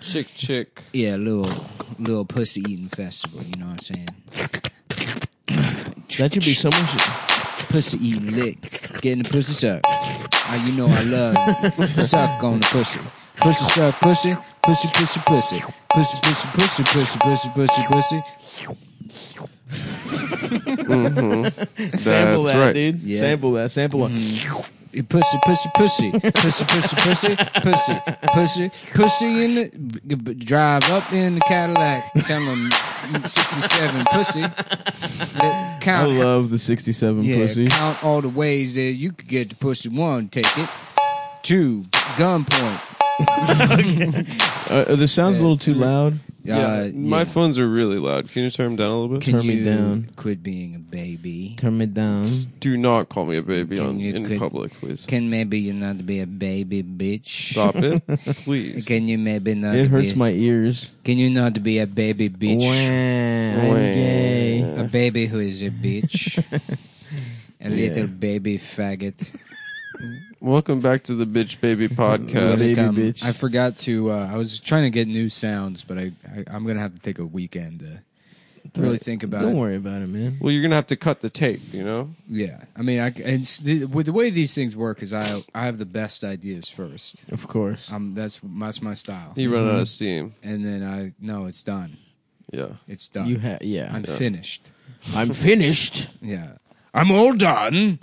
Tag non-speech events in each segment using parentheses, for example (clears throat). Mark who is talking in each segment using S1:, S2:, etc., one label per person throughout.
S1: Chick chick.
S2: Yeah, little little pussy eating festival. You know what I'm saying?
S1: That should be someone should
S2: Pussy eating lick, getting the pussy sucked. Ah, you know I love suck on the pussy. Pussy suck pussy, pussy pussy pussy, pussy pussy pussy pussy pussy pussy pussy.
S1: sample
S3: That's
S1: that,
S3: right.
S1: dude.
S2: Yeah.
S1: Sample that. Sample one.
S2: You Pussy, pussy, pussy, pussy, pussy, pussy, pussy, pussy, pussy in the b- b- drive up in the Cadillac. Tell them sixty-seven pussy. Let-
S1: I
S2: count
S1: love the sixty-seven
S2: Yeah,
S1: pussy.
S2: count all the ways that you could get the pussy. One, take it. Two, gunpoint.
S1: Uh, uh, the sound's a
S2: Yeah,
S1: little too
S2: three.
S1: loud.
S2: Uh, Yeah,
S1: Uh,
S3: yeah, my phones are really loud. Can you turn them down a little bit?
S2: Can
S1: turn me
S2: you
S1: down.
S2: quit being a baby?
S1: Turn me down.
S3: Do not call me a baby
S2: Can
S3: on
S2: you
S3: in
S2: quit-
S3: public, please.
S2: Can maybe you not be a baby, bitch?
S3: Stop it,
S1: (laughs)
S3: please.
S2: Can you maybe not?
S1: It hurts
S2: be,
S1: my ears.
S2: Can you not be a baby, bitch?
S1: Wow,
S3: Wah.
S1: I'm gay.
S2: A baby who is a bitch.
S1: (laughs)
S2: a little baby faggot.
S3: Welcome back to the Bitch Baby
S1: (laughs)
S3: Podcast.
S1: Baby
S2: But, um,
S1: bitch.
S2: I forgot to. Uh, I was trying to get new sounds, but I, I I'm gonna have to take a weekend to really think about
S1: Don't
S2: it.
S1: worry about it, man.
S3: well, you're gonna have to cut the tape, you know.
S2: Yeah, I mean, I c- and s- the, with the way these things work is I I have the best ideas first.
S1: Of course.
S2: Um, that's that's my style.
S3: You run out
S1: Mm-hmm.
S3: of steam.
S2: And then I no, it's done.
S3: Yeah.
S2: It's done.
S1: You have yeah.
S2: I'm finished.
S1: I'm finished.
S2: Yeah, I'm all done.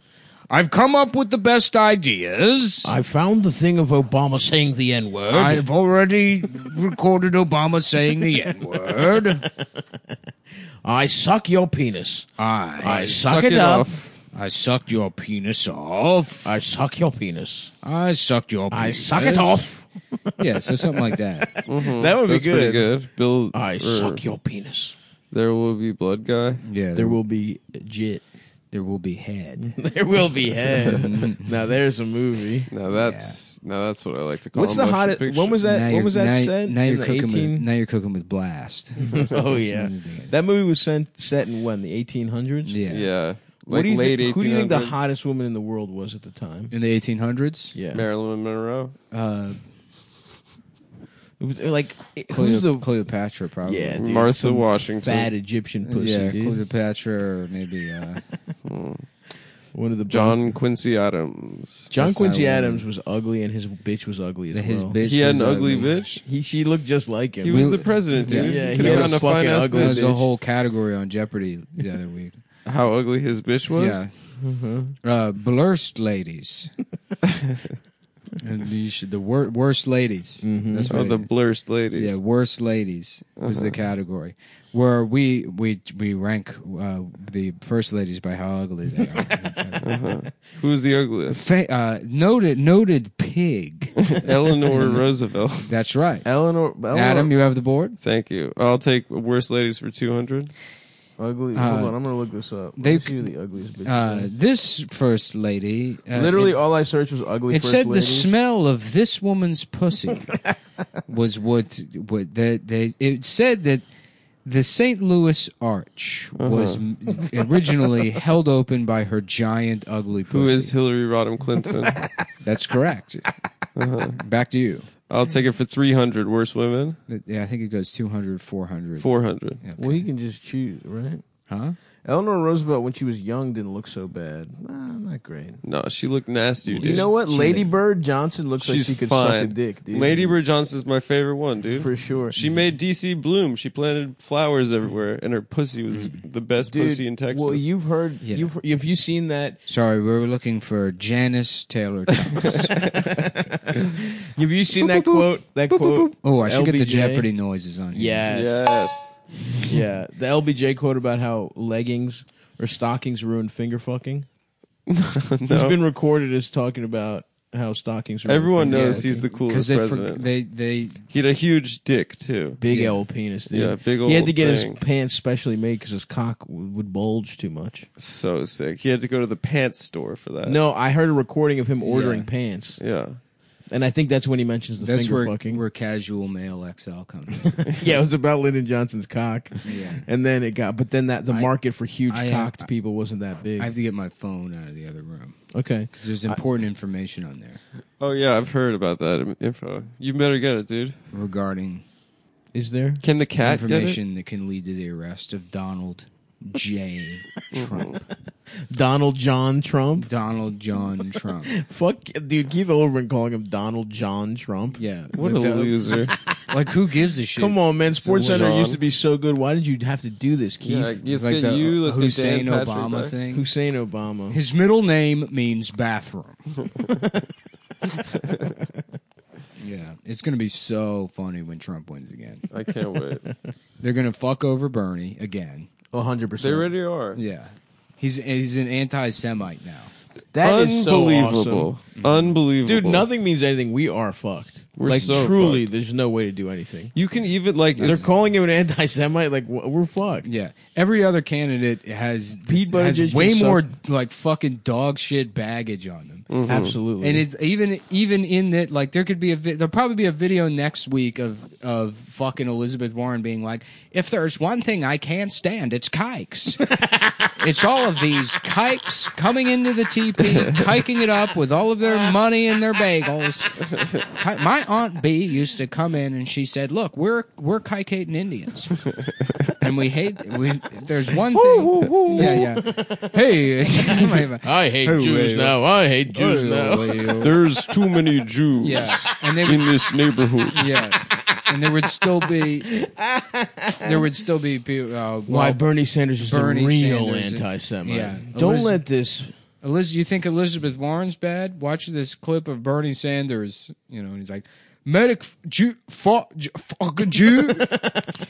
S2: I've come up with the best ideas.
S4: I found the thing of Obama saying the N word.
S2: I've already recorded Obama saying the N word.
S4: I suck your penis. I,
S2: I,
S4: suck, it, up.
S2: I sucked your penis off.
S4: I suck your penis.
S2: I sucked your penis.
S4: I suck it off.
S2: Yeah, so something like
S4: (laughs)
S2: that.
S1: That would be
S3: Mm-hmm. That's pretty
S1: good.
S3: good. Bill,
S4: I
S3: or
S4: suck your penis.
S3: There will be blood guy.
S2: Yeah,
S1: There will be jit.
S2: there will be head.
S1: (laughs) There will be head. now there's a movie.
S3: Now that's now that's what I like to call.
S1: What's
S3: a
S1: the
S3: motion
S1: hottest?
S3: Picture.
S1: When was
S2: Now
S1: that? When
S2: you're-
S1: was that
S2: now,
S1: set?
S2: Now
S1: in
S2: you're
S1: the
S2: cooking
S1: 18
S2: with now you're cooking with blast.
S1: oh (laughs) yeah, that movie was sent, set in when the 1800s.
S2: yeah.
S3: Yeah. Like
S1: What do you
S3: late
S1: think, who do you think the
S3: 1800s?
S1: hottest woman in the world was at the time?
S2: In the 1800s,
S1: Yeah,
S3: Marilyn Monroe?
S2: uh,
S1: It was, like it-
S2: Cleo-
S1: who's the
S2: Cleopatra probably.
S1: yeah dude,
S3: Martha
S1: some
S3: Washington.
S1: fat Egyptian pussy
S2: yeah,
S1: dude.
S2: Cleopatra or maybe uh,
S1: one of the
S3: John Quincy Adams.
S1: John
S2: That's
S1: Quincy
S2: not one.
S1: Adams was ugly and his bitch was ugly as
S2: his
S1: well.
S2: bitch.
S3: He had an
S2: was uh,
S3: ugly bitch.
S1: He she looked just like him.
S3: He was
S2: We-
S3: the president,
S2: yeah.
S3: dude.
S1: Yeah, he
S3: Could
S1: had
S3: have
S1: a
S3: been a
S1: fucking
S3: fine ass
S1: ugly
S2: That was
S3: bitch.
S2: a
S1: bitch.
S2: whole category on Jeopardy the other
S3: (laughs)
S2: week.
S3: How ugly his bitch was? Mm-hmm.
S2: Yeah. Uh, blurst
S3: (laughs)
S2: ladies. and you should the wor- worst ladies. That's
S3: Oh,
S2: right.
S3: the blurst ladies.
S2: yeah, worst ladies was the category where we we we rank uh, the first ladies by how ugly they are.
S3: Who's the
S1: (laughs)
S3: ugliest?
S2: Fa- uh, noted noted pig.
S3: Eleanor Roosevelt. (laughs)
S2: That's right.
S1: Eleanor, Eleanor
S2: Adam, you have the board.
S3: Thank you. I'll take worst ladies for 200.
S1: ugly.
S2: uh,
S1: Hold on, I'm gonna look this up. Let
S2: they-
S1: me see who the ugliest bitch.
S2: Uh,
S1: was.
S2: this first lady. Uh,
S1: Literally,
S2: it-
S1: all I searched was ugly.
S2: It
S1: first
S2: said the
S1: ladies.
S2: smell of this woman's pussy was what what that they it said that the St. Louis Arch was m originally held open by her giant ugly pussy.
S3: Who is Hillary
S1: (laughs)
S3: Rodham Clinton?
S2: That's
S3: (laughs)
S2: correct.
S3: Uh-huh.
S2: Back to you.
S3: I'll take it for 300. Worst women?
S2: Yeah, I think it goes 200 400.
S3: 400.
S1: Well, he can just choose, right?
S2: Huh?
S1: Eleanor Roosevelt, when she was young, didn't look so bad. Nah, not great.
S3: No, she looked nasty, dude.
S1: You know what? Lady Bird Johnson looks
S3: She's
S1: like she could
S3: fine.
S1: suck a dick, dude.
S3: Lady Bird Johnson's my favorite one, dude.
S1: for sure.
S3: She made DC bloom. She planted flowers everywhere, and her pussy was the best
S1: Mm. dude,
S3: pussy in Texas.
S1: Well, you've heard.
S2: Yeah.
S1: You've have you seen that?
S2: Sorry, we were looking for Janice Taylor
S3: (laughs)
S2: Thomas.
S1: Have you seen
S2: Boop,
S1: that
S2: boop, boop.
S1: quote? That
S2: Boop, boop,
S1: quote.
S2: boop. Oh, I should get the
S1: LBJ?
S2: Jeopardy noises on here.
S1: Yes.
S3: yes.
S1: Yeah. The LBJ quote about how leggings
S2: (laughs)
S1: or stockings ruin finger fucking. He's been recorded as talking about how stockings. Really
S3: Everyone
S1: big.
S3: knows he's the coolest
S2: they,
S3: president.
S2: they they
S3: he had a huge dick too.
S1: Big
S2: Yeah.
S1: old penis, dude.
S3: Yeah, big
S1: He had
S3: old
S1: to get
S3: thing.
S1: his pants specially made because his cock w- would bulge too much.
S3: So sick. He had to go to the pants store for that.
S1: No, I heard a recording of him ordering
S2: Uh, Yeah.
S1: pants,
S3: Yeah.
S1: and I think that's when he mentions the
S2: that's
S1: finger
S2: where
S1: fucking.
S2: where casual male XL comes.
S3: (laughs)
S2: in.
S1: (laughs) yeah, it was about Lyndon Johnson's cock.
S2: Yeah.
S1: And then it got, but then that the
S2: I-
S1: market for huge
S2: I, uh,
S1: cocked
S2: I-
S1: people wasn't that big.
S2: I have to get my phone out of the other room
S1: okay.
S2: because there's important information on there
S3: Oh yeah, I've heard about that info. You better get it, dude.
S2: regarding
S1: Is there?
S3: Can the cat get it?
S2: information that can lead to the arrest of Donald
S3: (laughs)
S2: J. Trump,
S1: Donald John Trump?
S2: Donald John
S3: (laughs)
S2: Trump.
S1: Fuck, dude. Keith Olbermann calling him Donald John Trump.
S2: Yeah,
S3: What a
S2: like, the- (laughs)
S3: loser.
S2: like who gives a shit?
S1: Come on, man. Sports
S3: what-
S1: Center used
S3: John.
S1: to be so good. Why did you have to do this, Keith?
S3: yeah, let's
S2: It's like
S3: get
S2: the
S3: you. Let's
S2: Hussein
S3: get Dan Patrick
S2: Obama
S3: back.
S2: thing.
S1: Hussein Obama.
S2: His middle name means
S3: (laughs)
S2: bathroom. (laughs) yeah, it's going to be so funny when Trump wins again.
S3: I can't wait.
S2: They're going to fuck over Bernie again.
S1: 100%.
S3: they already are.
S2: Yeah. He's he's an anti-Semite now.
S1: That is so awesome.
S3: Unbelievable. Unbelievable.
S1: Dude, nothing means anything. We are fucked.
S3: We're
S1: like,
S3: so
S1: truly,
S3: fucked.
S1: there's no way to do anything.
S3: You can even like
S1: They're calling him an anti Semite. Like, wh- we're fucked.
S2: Yeah. Every other candidate has
S1: Pete Buttigieg
S2: has way
S1: can suck-
S2: more like fucking dog shit baggage on them.
S3: Mm-hmm.
S1: Absolutely.
S2: And it's even even in that like there could be a vi- there'll probably be a video next week of of fucking Elizabeth Warren being like, if there's one thing I can't stand, it's kikes. it's all of these kikes coming into the teepee, kiking it up with all of their money and their bagels. Ki- My aunt B used to come in and she said, look, we're we're kikating Indians, and we hate we. There's one thing, yeah, yeah. Hey, (laughs)
S4: I
S2: Hey,
S4: hate Jews
S2: wait.
S4: now. I hate Jews
S2: (laughs)
S4: now.
S3: There's too many Jews
S2: Oh, Yeah, and they
S3: in
S2: would
S3: this neighborhood.
S2: Yeah, and there would still be there would still be people. Uh,
S1: Why
S2: well,
S1: Bernie Sanders is
S2: Bernie
S1: the real
S2: Sanders-
S1: anti-Semite?
S2: yeah.
S1: Don't
S2: Eliz-
S1: let this.
S2: Eliz- you think Elizabeth Warren's bad? Watch this clip of Bernie Sanders. You know, and he's like, "Medic, Jew, fuck, Jew- fuck Jew,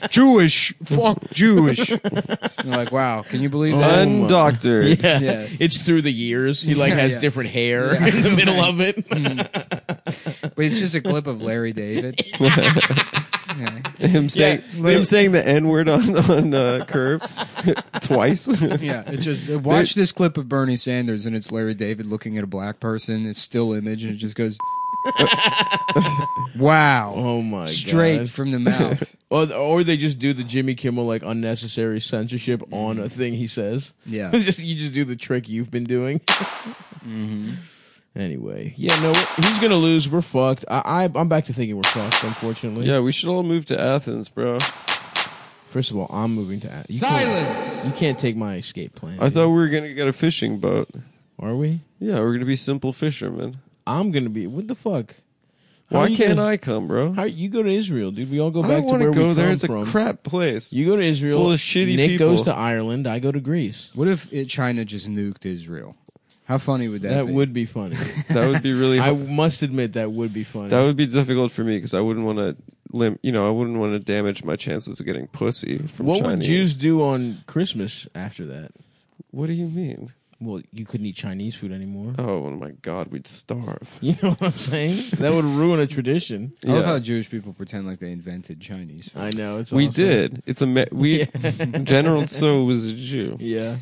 S2: Jewish, fuck Jewish." And you're like, wow, can you believe that?
S3: Undoctored.
S1: (laughs) Yeah.
S2: Yeah.
S1: it's through the years. He like has
S2: yeah.
S1: different hair (laughs) in the middle of it.
S2: But it's just a clip of Larry
S3: (laughs)
S2: David.
S3: (laughs) Him saying him saying the N word on on uh, curve (laughs)
S2: (laughs)
S3: twice.
S2: Yeah,
S1: (laughs)
S2: it's just watch this clip of Bernie Sanders, and it's Larry David looking at a black person. It's still image, and it just goes, "Wow!"
S1: (laughs) Oh my
S2: straight
S1: God.
S2: from
S1: (laughs)
S2: the mouth.
S1: or, or they just do the Jimmy Kimmel like unnecessary censorship on a thing he says. (laughs)
S2: Yeah.
S1: just you just do the trick you've been doing. (laughs) Mm-hmm. Anyway, yeah, no, he's gonna lose. We're fucked. I, I I'm back to thinking we're fucked. Unfortunately,
S3: yeah, we should all move to Athens, bro.
S1: First of all, I'm moving to Athens.
S2: Silence.
S1: You can't take my escape plan.
S3: I thought we were gonna get a fishing boat.
S1: are we?
S3: Yeah, we're gonna be simple fishermen.
S1: I'm gonna be. What the fuck? How
S3: Why
S1: are you
S3: can't
S1: gonna-
S3: I come, bro?
S1: How you go to Israel, dude? We all go
S3: I
S1: back to
S3: want
S1: where
S3: to go
S1: we
S3: there.
S1: come
S3: It's a
S1: from.
S3: crap place.
S1: You go to Israel,
S3: Full of shitty
S1: Nick
S3: people.
S1: goes to Ireland. I go to Greece.
S2: What if it, China just nuked Israel? How funny would that,
S1: That
S2: be?
S1: would be
S3: (laughs)
S1: funny.
S3: (laughs) that would be
S1: (laughs)
S3: really.
S1: I must admit that would be funny.
S3: that would be difficult for me because I wouldn't want to lim. You know, I wouldn't want to damage my chances of getting pussy from
S1: what would
S3: Chinese.
S1: Jews do on Christmas after that?
S3: What do you mean?
S1: Well, you couldn't eat Chinese food anymore. (laughs)
S3: Oh, well, my God, we'd starve.
S1: You know what I'm saying? that would ruin a tradition.
S2: I love
S3: Yeah.
S2: how Jewish people pretend like they invented Chinese. food.
S1: I know. It's
S3: We
S1: awesome.
S3: did. It's a ma- we. (laughs) General So was a Jew.
S1: Yeah.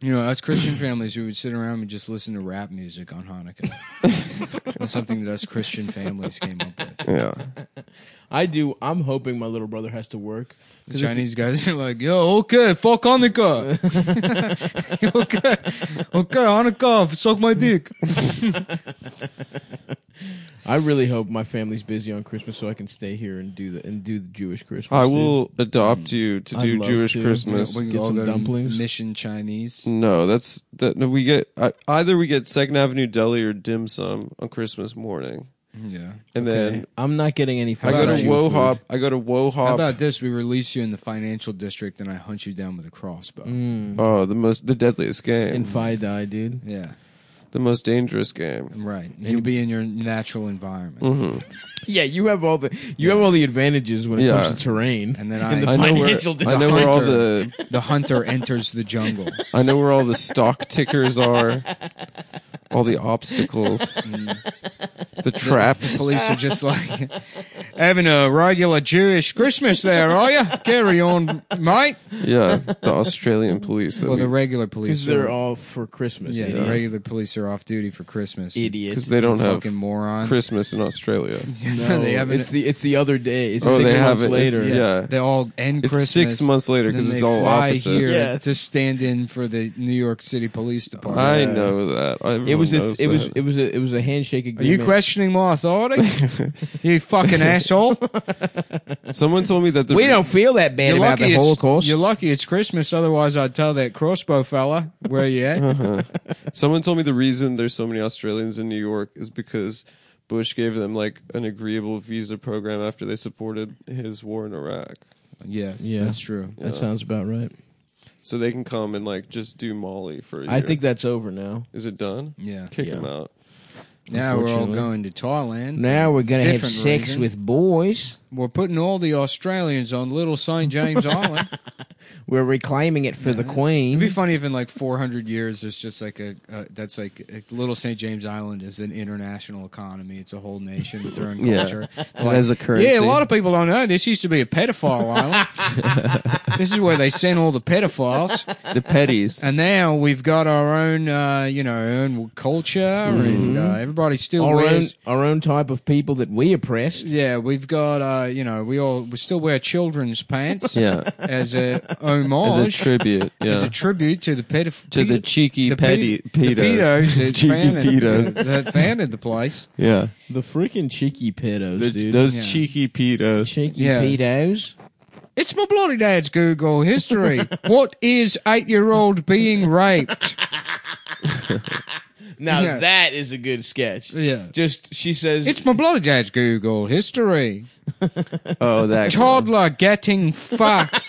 S2: You know,
S1: (clears throat)
S2: us Christian families, we would sit around and just listen to rap music on Hanukkah.
S1: (laughs)
S2: That's something that us Christian families came up with.
S3: Yeah.
S1: I do. I'm hoping my little brother has to work.
S2: The Chinese guys are (laughs) like, yo, okay, fuck
S3: (laughs)
S2: Hanukkah. (laughs) okay, okay, Hanukkah, suck my
S3: (laughs)
S2: dick.
S1: I really hope my family's busy on Christmas so I can stay here and do the and do the Jewish Christmas.
S3: I
S1: dude.
S3: will adopt you to
S1: I'd
S3: do
S1: love
S3: Jewish
S1: to.
S3: Christmas.
S1: Yeah, we- Get some dumplings.
S2: Mission Chinese.
S3: No, that's that. No, we get I, either we get Second Avenue Deli or dim sum on Christmas morning,
S2: Yeah.
S3: and
S1: Okay.
S3: then
S1: I'm not getting any.
S3: I go
S2: about
S3: to
S2: you?
S3: Wohop. I go to
S2: How
S3: Wohop.
S2: about this? We release you in the financial district, and I hunt you down with a crossbow.
S3: oh, the most the deadliest game,
S1: in Phi Die, dude.
S2: Yeah,
S3: the most dangerous game.
S2: right. And you'll be in your natural environment,
S3: Mm-hmm.
S1: Yeah, you have all the you have all the advantages when it
S3: Yeah.
S1: comes to terrain (laughs)
S2: and then
S1: the
S2: I,
S3: I know where
S1: Financial
S3: I know where all
S2: disaster. (laughs)
S3: the
S2: the hunter enters the jungle. (laughs)
S3: I know where all the stock tickers are. all the obstacles, the (laughs) traps.
S2: Mm. Police are just like having a regular Jewish Christmas there, are you? Carry on, mate.
S3: Yeah, the Australian police. That
S2: Well, the
S3: we-
S2: regular police
S1: Because
S2: are
S1: they're all for Christmas.
S2: yeah, the
S1: idiots.
S2: regular police are off duty for Christmas.
S1: idiots.
S3: (laughs) 'cause they don't have
S2: fucking moron. (laughs)
S3: Christmas in Australia.
S1: No,
S2: they haven't.
S1: it's the it's the other day. It's
S3: Oh,
S1: six
S3: they have
S1: months
S3: it. It's-
S1: later.
S3: yeah.
S2: they all end
S3: It's
S2: Christmas.
S3: six months later
S2: then
S3: 'cause it's
S2: they
S3: all
S2: fly
S3: opposite.
S2: here
S1: Yeah.
S2: to stand in for the New York City Police Department.
S3: I know that.
S1: It was a,
S3: Everyone
S1: it
S3: knows
S1: was
S3: that.
S1: it was a it was a handshake
S2: are you
S1: agreement.
S2: questioning my (laughs) authority? you fucking (laughs) asshole!
S3: Someone told me that
S1: (laughs)
S3: the
S1: We don't feel that bad
S2: You're
S1: about
S2: lucky,
S1: the
S2: it's,
S1: Holocaust.
S2: you're lucky it's Christmas. Otherwise, I'd tell that crossbow fella where you at. (laughs)
S3: Someone told me the reason there's so many Australians in New York is because Bush gave them like an agreeable visa program after they supported his war in Iraq.
S2: Yes,
S1: Yeah.
S2: that's true.
S1: That sounds about right.
S3: So they can come and like just do Molly for a year.
S1: I think that's over now.
S3: Is it done?
S2: Yeah.
S3: Kick him out.
S2: Now we're all
S1: Unfortunately.
S2: going to Thailand.
S1: Now we're gonna have
S2: Different
S1: sex
S2: reason.
S1: with boys.
S2: We're putting all the Australians on Little St. James (laughs) Island.
S1: We're reclaiming it for the queen.
S2: It'd be funny if in like 400 years there's just like a uh, that's like uh, Little St. James Island is an international economy. It's a whole nation with their own
S3: Yeah.
S2: culture.
S3: It has a currency.
S2: Yeah, a lot of people don't know this used to be a
S3: (laughs)
S2: pedophile island. this is where they sent all the pedophiles,
S3: The petties.
S2: and now we've got our own, uh, you know, own culture,
S3: Mm-hmm.
S2: and uh, everybody still
S1: our own
S2: wears.
S1: our own type of people that we oppressed.
S2: Yeah, we've got, uh, you know, we all we still wear children's pants
S3: Yeah.
S2: as a
S3: As a
S2: homage.
S3: tribute.
S2: As
S3: Yeah.
S2: a tribute to the pedoph-
S3: To the cheeky petty
S2: (laughs) the pedos
S3: (laughs) pedos.
S2: that,
S3: Cheeky
S2: founded,
S3: pedos.
S2: that founded (laughs) the place.
S3: yeah.
S1: The freaking cheeky pedos,
S3: The-
S1: dude.
S3: those
S2: Yeah.
S3: cheeky pedos.
S1: cheeky
S2: Yeah.
S1: pedos.
S2: It's my bloody dad's Google
S3: (laughs)
S2: history. what is eight-year-old being raped?
S1: Now
S2: Yeah.
S1: that is a good sketch.
S2: Yeah.
S1: Just she says
S2: It's my bloody dad's Google history.
S3: (laughs) Oh, that. guy.
S2: Toddler getting
S3: (laughs)
S2: fucked.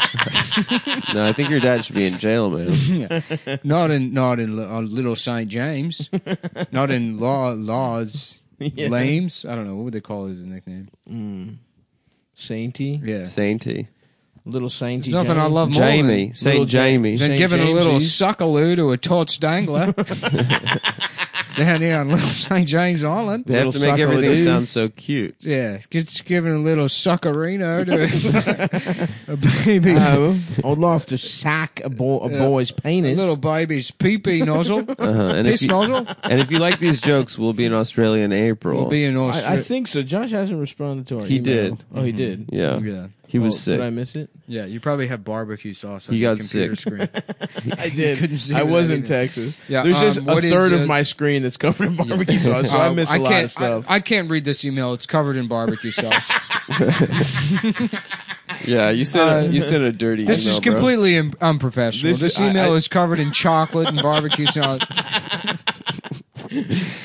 S3: No, I think your dad should be in jail, man.
S2: (laughs) not in, not in Li- on Little Saint James. not in Law
S3: (laughs)
S2: Laws. Lames. I don't know what would they call his nickname.
S1: Sainty.
S2: Yeah.
S3: Sainty.
S1: Little Sainty.
S2: Nothing I
S1: Jane.
S2: love more than-
S3: E. Jamie.
S1: Little
S3: Saint
S1: Ja-
S3: Jamie.
S2: Then
S1: St.
S2: giving a little
S1: James's.
S2: suckaloo to a torch (laughs) dangler down here on Little St. James Island.
S3: They have to
S1: Little
S3: make everything
S1: suckaloo.
S3: sound so cute.
S2: Yeah, just giving a little suckerino to (laughs) a, a baby's
S1: No, I'd love to sack a, boy, a
S2: Yeah.
S1: boy's
S2: a
S1: penis.
S2: little baby's pee pee nozzle,
S3: Uh-huh. And if
S2: piss
S3: you-
S2: nozzle.
S3: And if you like these jokes, we'll be in Australia in April.
S2: Will be in Australia.
S1: I, I think so. Josh hasn't responded to our.
S3: He
S1: email.
S3: did.
S1: Oh, he did.
S3: yeah.
S2: Mm-hmm. yeah,
S3: He was
S1: Oh,
S3: sick.
S1: Did I miss it?
S2: yeah. You probably have barbecue sauce. on
S3: He
S2: your
S3: got
S2: computer
S3: (laughs)
S2: Screen. (laughs)
S1: I did.
S2: couldn't see
S1: I
S2: that
S1: was in
S2: either.
S1: Texas.
S2: Yeah,
S1: There's just
S2: um,
S1: a
S2: what is,
S1: third
S2: uh,
S1: of my screen that's covered in
S2: (laughs)
S1: barbecue sauce, so I
S2: Uh,
S1: miss a
S2: I
S1: lot
S2: can't,
S1: of stuff.
S2: I, I can't read this email. It's covered in barbecue
S3: (laughs)
S2: sauce.
S3: Yeah, you sent a, you sent a dirty.
S2: This
S3: email,
S2: is
S3: bro.
S2: completely im- unprofessional. This,
S3: This-
S2: email
S3: I- I-
S2: is covered in chocolate and barbecue sauce.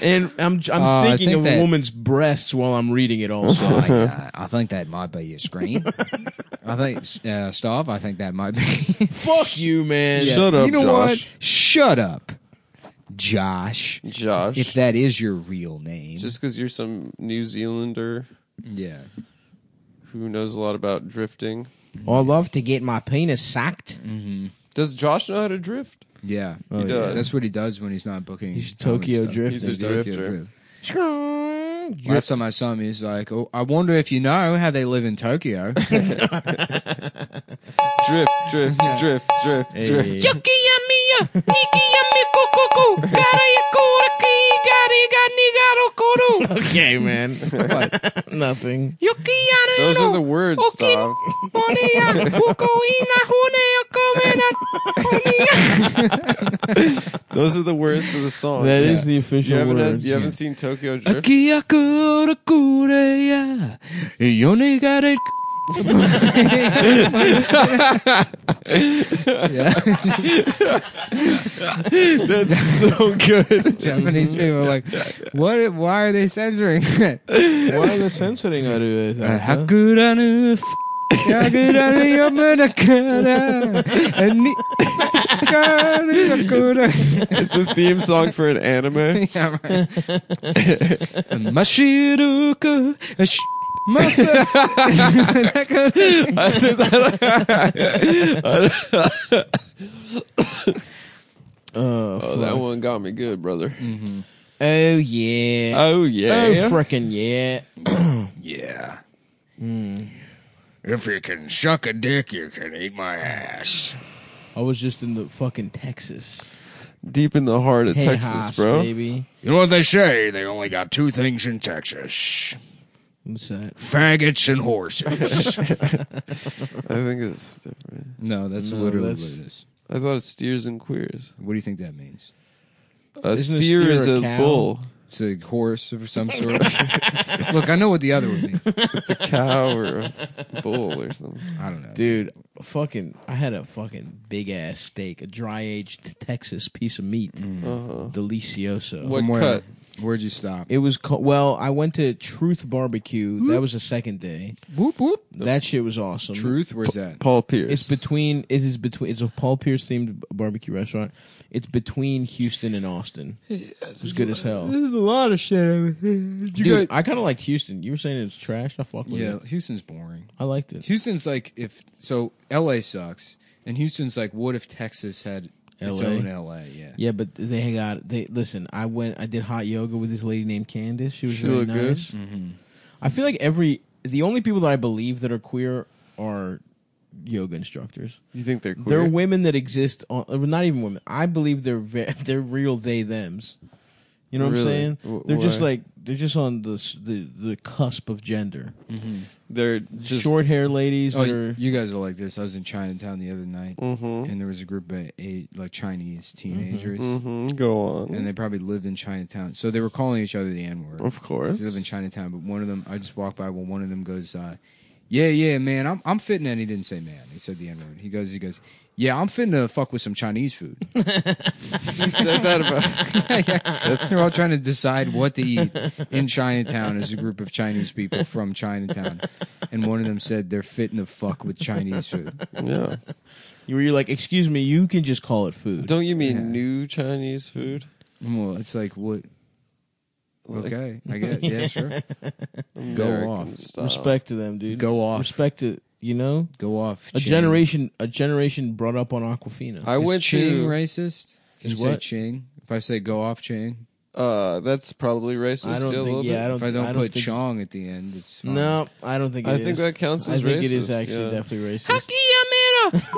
S1: and I'm I'm
S2: Uh, I
S1: thinking
S2: think
S1: of
S2: that-
S1: a woman's breasts while I'm reading it. (laughs) Also,
S2: I, uh, I think that might be your
S3: (laughs)
S2: screen. I think, uh, Stav, I think that might be.
S1: fuck you, man.
S3: Yeah. Shut up,
S2: You know
S3: Josh.
S2: what? Shut up, Josh.
S3: Josh.
S2: If that is your real name.
S3: just because you're some New Zealander
S2: yeah.
S3: who knows a lot about drifting,
S1: I love to get my penis sucked.
S3: does Josh know how to drift?
S2: Yeah.
S3: Oh, He does.
S2: That's what he does when he's not booking.
S1: He's
S2: comedy
S1: Tokyo
S2: stuff.
S1: Drift.
S3: He's
S2: He's
S3: a
S2: Tokyo
S3: drifter.
S2: Drift.
S1: You're-
S2: Last time I saw him, he's like, oh, I wonder if you know how they live in
S3: (laughs)
S2: Tokyo.
S3: Drift, drift, drift, drift, drift.
S1: (laughs) okay, man. (laughs) Nothing.
S3: Those are the words, Stav.
S1: (laughs)
S3: Those are the words to the song.
S1: That is the official
S3: You haven't had-
S1: words. (laughs)
S3: you haven't (laughs) seen Tokyo Drift.
S2: Akiyakurukureya, yonigare- (laughs)
S3: That's so good.
S2: Japanese people are like, what? Why are they censoring that?
S1: Why are they censoring her to it?
S3: Uh-huh.
S1: huh?
S2: (laughs)
S5: Uh-huh.
S2: Hakuranu f- Hakuranu yamanakara, ani- Hakuranu yakura.
S3: it's a theme song for an anime.
S2: Yeah, (laughs) right. Mashiruku, ash- (laughs) masa- Nakara.
S3: Oh, that one got me good, brother.
S1: Oh yeah.
S3: Oh yeah.
S1: Oh frickin' yeah.
S5: Yeah. If you can suck a dick, you can eat my ass.
S6: I was just in the fucking Texas,
S3: Deep in the heart of
S1: Hey,
S3: Texas,
S1: Haas,
S3: bro.
S1: Baby.
S5: You know what they say? They only got two things in Texas
S6: What's that?
S5: faggots and horses.
S3: I think it's different.
S2: (laughs) No, that's
S6: No,
S2: literally
S6: that's-
S2: what it is.
S3: I thought it's steers and queers.
S2: What do you think that means?
S3: A
S1: Isn't a
S3: steer
S1: steer
S3: is
S1: a
S3: a
S1: cow?
S3: bull.
S2: It's a horse of
S3: (laughs)
S2: some sort. (laughs) Look, I know what the other one means.
S3: It's a (laughs) cow or a bull or something.
S2: I don't know.
S1: Dude, fucking I had a fucking big ass steak, a dry aged Texas piece of meat.
S3: Mm. Uh-huh.
S1: Delicioso.
S3: What
S2: From where-
S3: cut?
S2: Where'd you stop?
S1: It was co- well, I went to Truth Barbecue. That was the second day.
S2: whoop whoop.
S1: That shit was awesome.
S2: Truth? Where's that?
S3: Paul Pierce.
S1: It's between it is between it's a Paul Pierce themed barbecue restaurant. It's between Houston and Austin. It was good as hell.
S3: There's a lot of shit. over here. Did you
S1: Dude,
S3: guys-
S1: I kind of like Houston. You were saying it's trash. I fuck with
S2: Yeah,
S1: it.
S2: Houston's boring.
S1: I liked it.
S2: Houston's like if so LA sucks and Houston's like what if Texas had its
S1: LA?
S2: own LA, yeah.
S1: Yeah, but they got they listen. I went. I did hot yoga with this lady named Candace. She was
S3: She
S1: really
S3: looked good? Mm-hmm.
S1: nice. I feel like every the only people that I believe that are queer are yoga instructors.
S3: you think they're
S1: There
S3: queer?
S1: are women that exist on uh, not even women. I believe they're ve- (laughs) they're real they them's. You know what
S3: Really?
S1: I'm saying?
S3: Wh-
S1: They're just
S3: why?
S1: like they're just on the s- the, the cusp of gender.
S3: they're just
S1: Short hair ladies
S2: Oh,
S1: that are
S2: you, you guys are like this. I was in Chinatown the other night,
S3: Mm-hmm.
S2: and there was a group of eight like Chinese teenagers,
S3: Mhm, go on.
S2: and they probably lived in Chinatown, so they were calling each other the N word.
S3: of course.
S2: They live in Chinatown, but one of them, I just walked by when one of them goes, uh, "Yeah, yeah, man, I'm I'm fitting," and he didn't say man. He said the N word. He goes, he goes, "Yeah, I'm fitting to fuck with some Chinese food."
S3: (laughs) He said that about.
S2: (laughs) They're all trying to decide what to eat in Chinatown as a group of Chinese people from Chinatown, and one of them said they're fitting to fuck with Chinese food.
S3: Yeah.
S1: where you're like, excuse me, you can just call it food.
S3: (laughs) Don't you mean new Chinese food?
S2: Well, it's like what? Okay, I guess. Yeah,
S3: (laughs)
S2: sure.
S3: American
S1: off.
S3: style.
S1: Respect to them, dude.
S2: Go off.
S1: Respect to you know
S2: Go off.
S1: a
S2: Ching.
S1: generation a generation brought up on Aquafina.
S3: I
S2: Is
S3: went
S2: Ching
S3: to.
S2: racist. Can
S1: Is
S2: you say
S1: what?
S2: Ching? If I say go off Ching,
S3: Uh, that's probably racist.
S1: I don't
S3: yeah, a
S1: think-
S3: little
S1: yeah,
S3: bit.
S1: I don't
S2: if I don't,
S1: I
S2: put
S1: think-
S2: Chong at the end, it's fine.
S1: No, I don't think. It
S3: I
S1: is.
S3: think that counts as
S1: I think it is
S3: racist,
S1: actually
S3: yeah.
S1: definitely racist.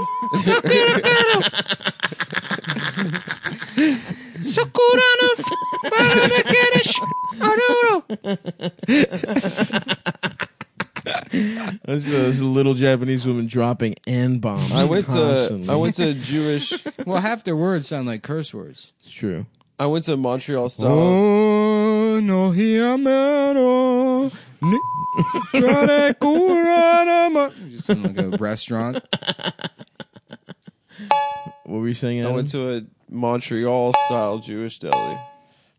S1: There's a, there's a little Japanese woman dropping n bombs.
S3: I went to.
S1: constantly.
S3: I went to a (laughs) Jewish.
S2: Well, half their words sound like curse words.
S1: It's true.
S3: I went to Montreal style.
S2: Oh no, hiamero. (laughs) Just sound like a restaurant.
S1: What were you saying?
S3: I
S1: Adam?
S3: went to a Montreal style Jewish deli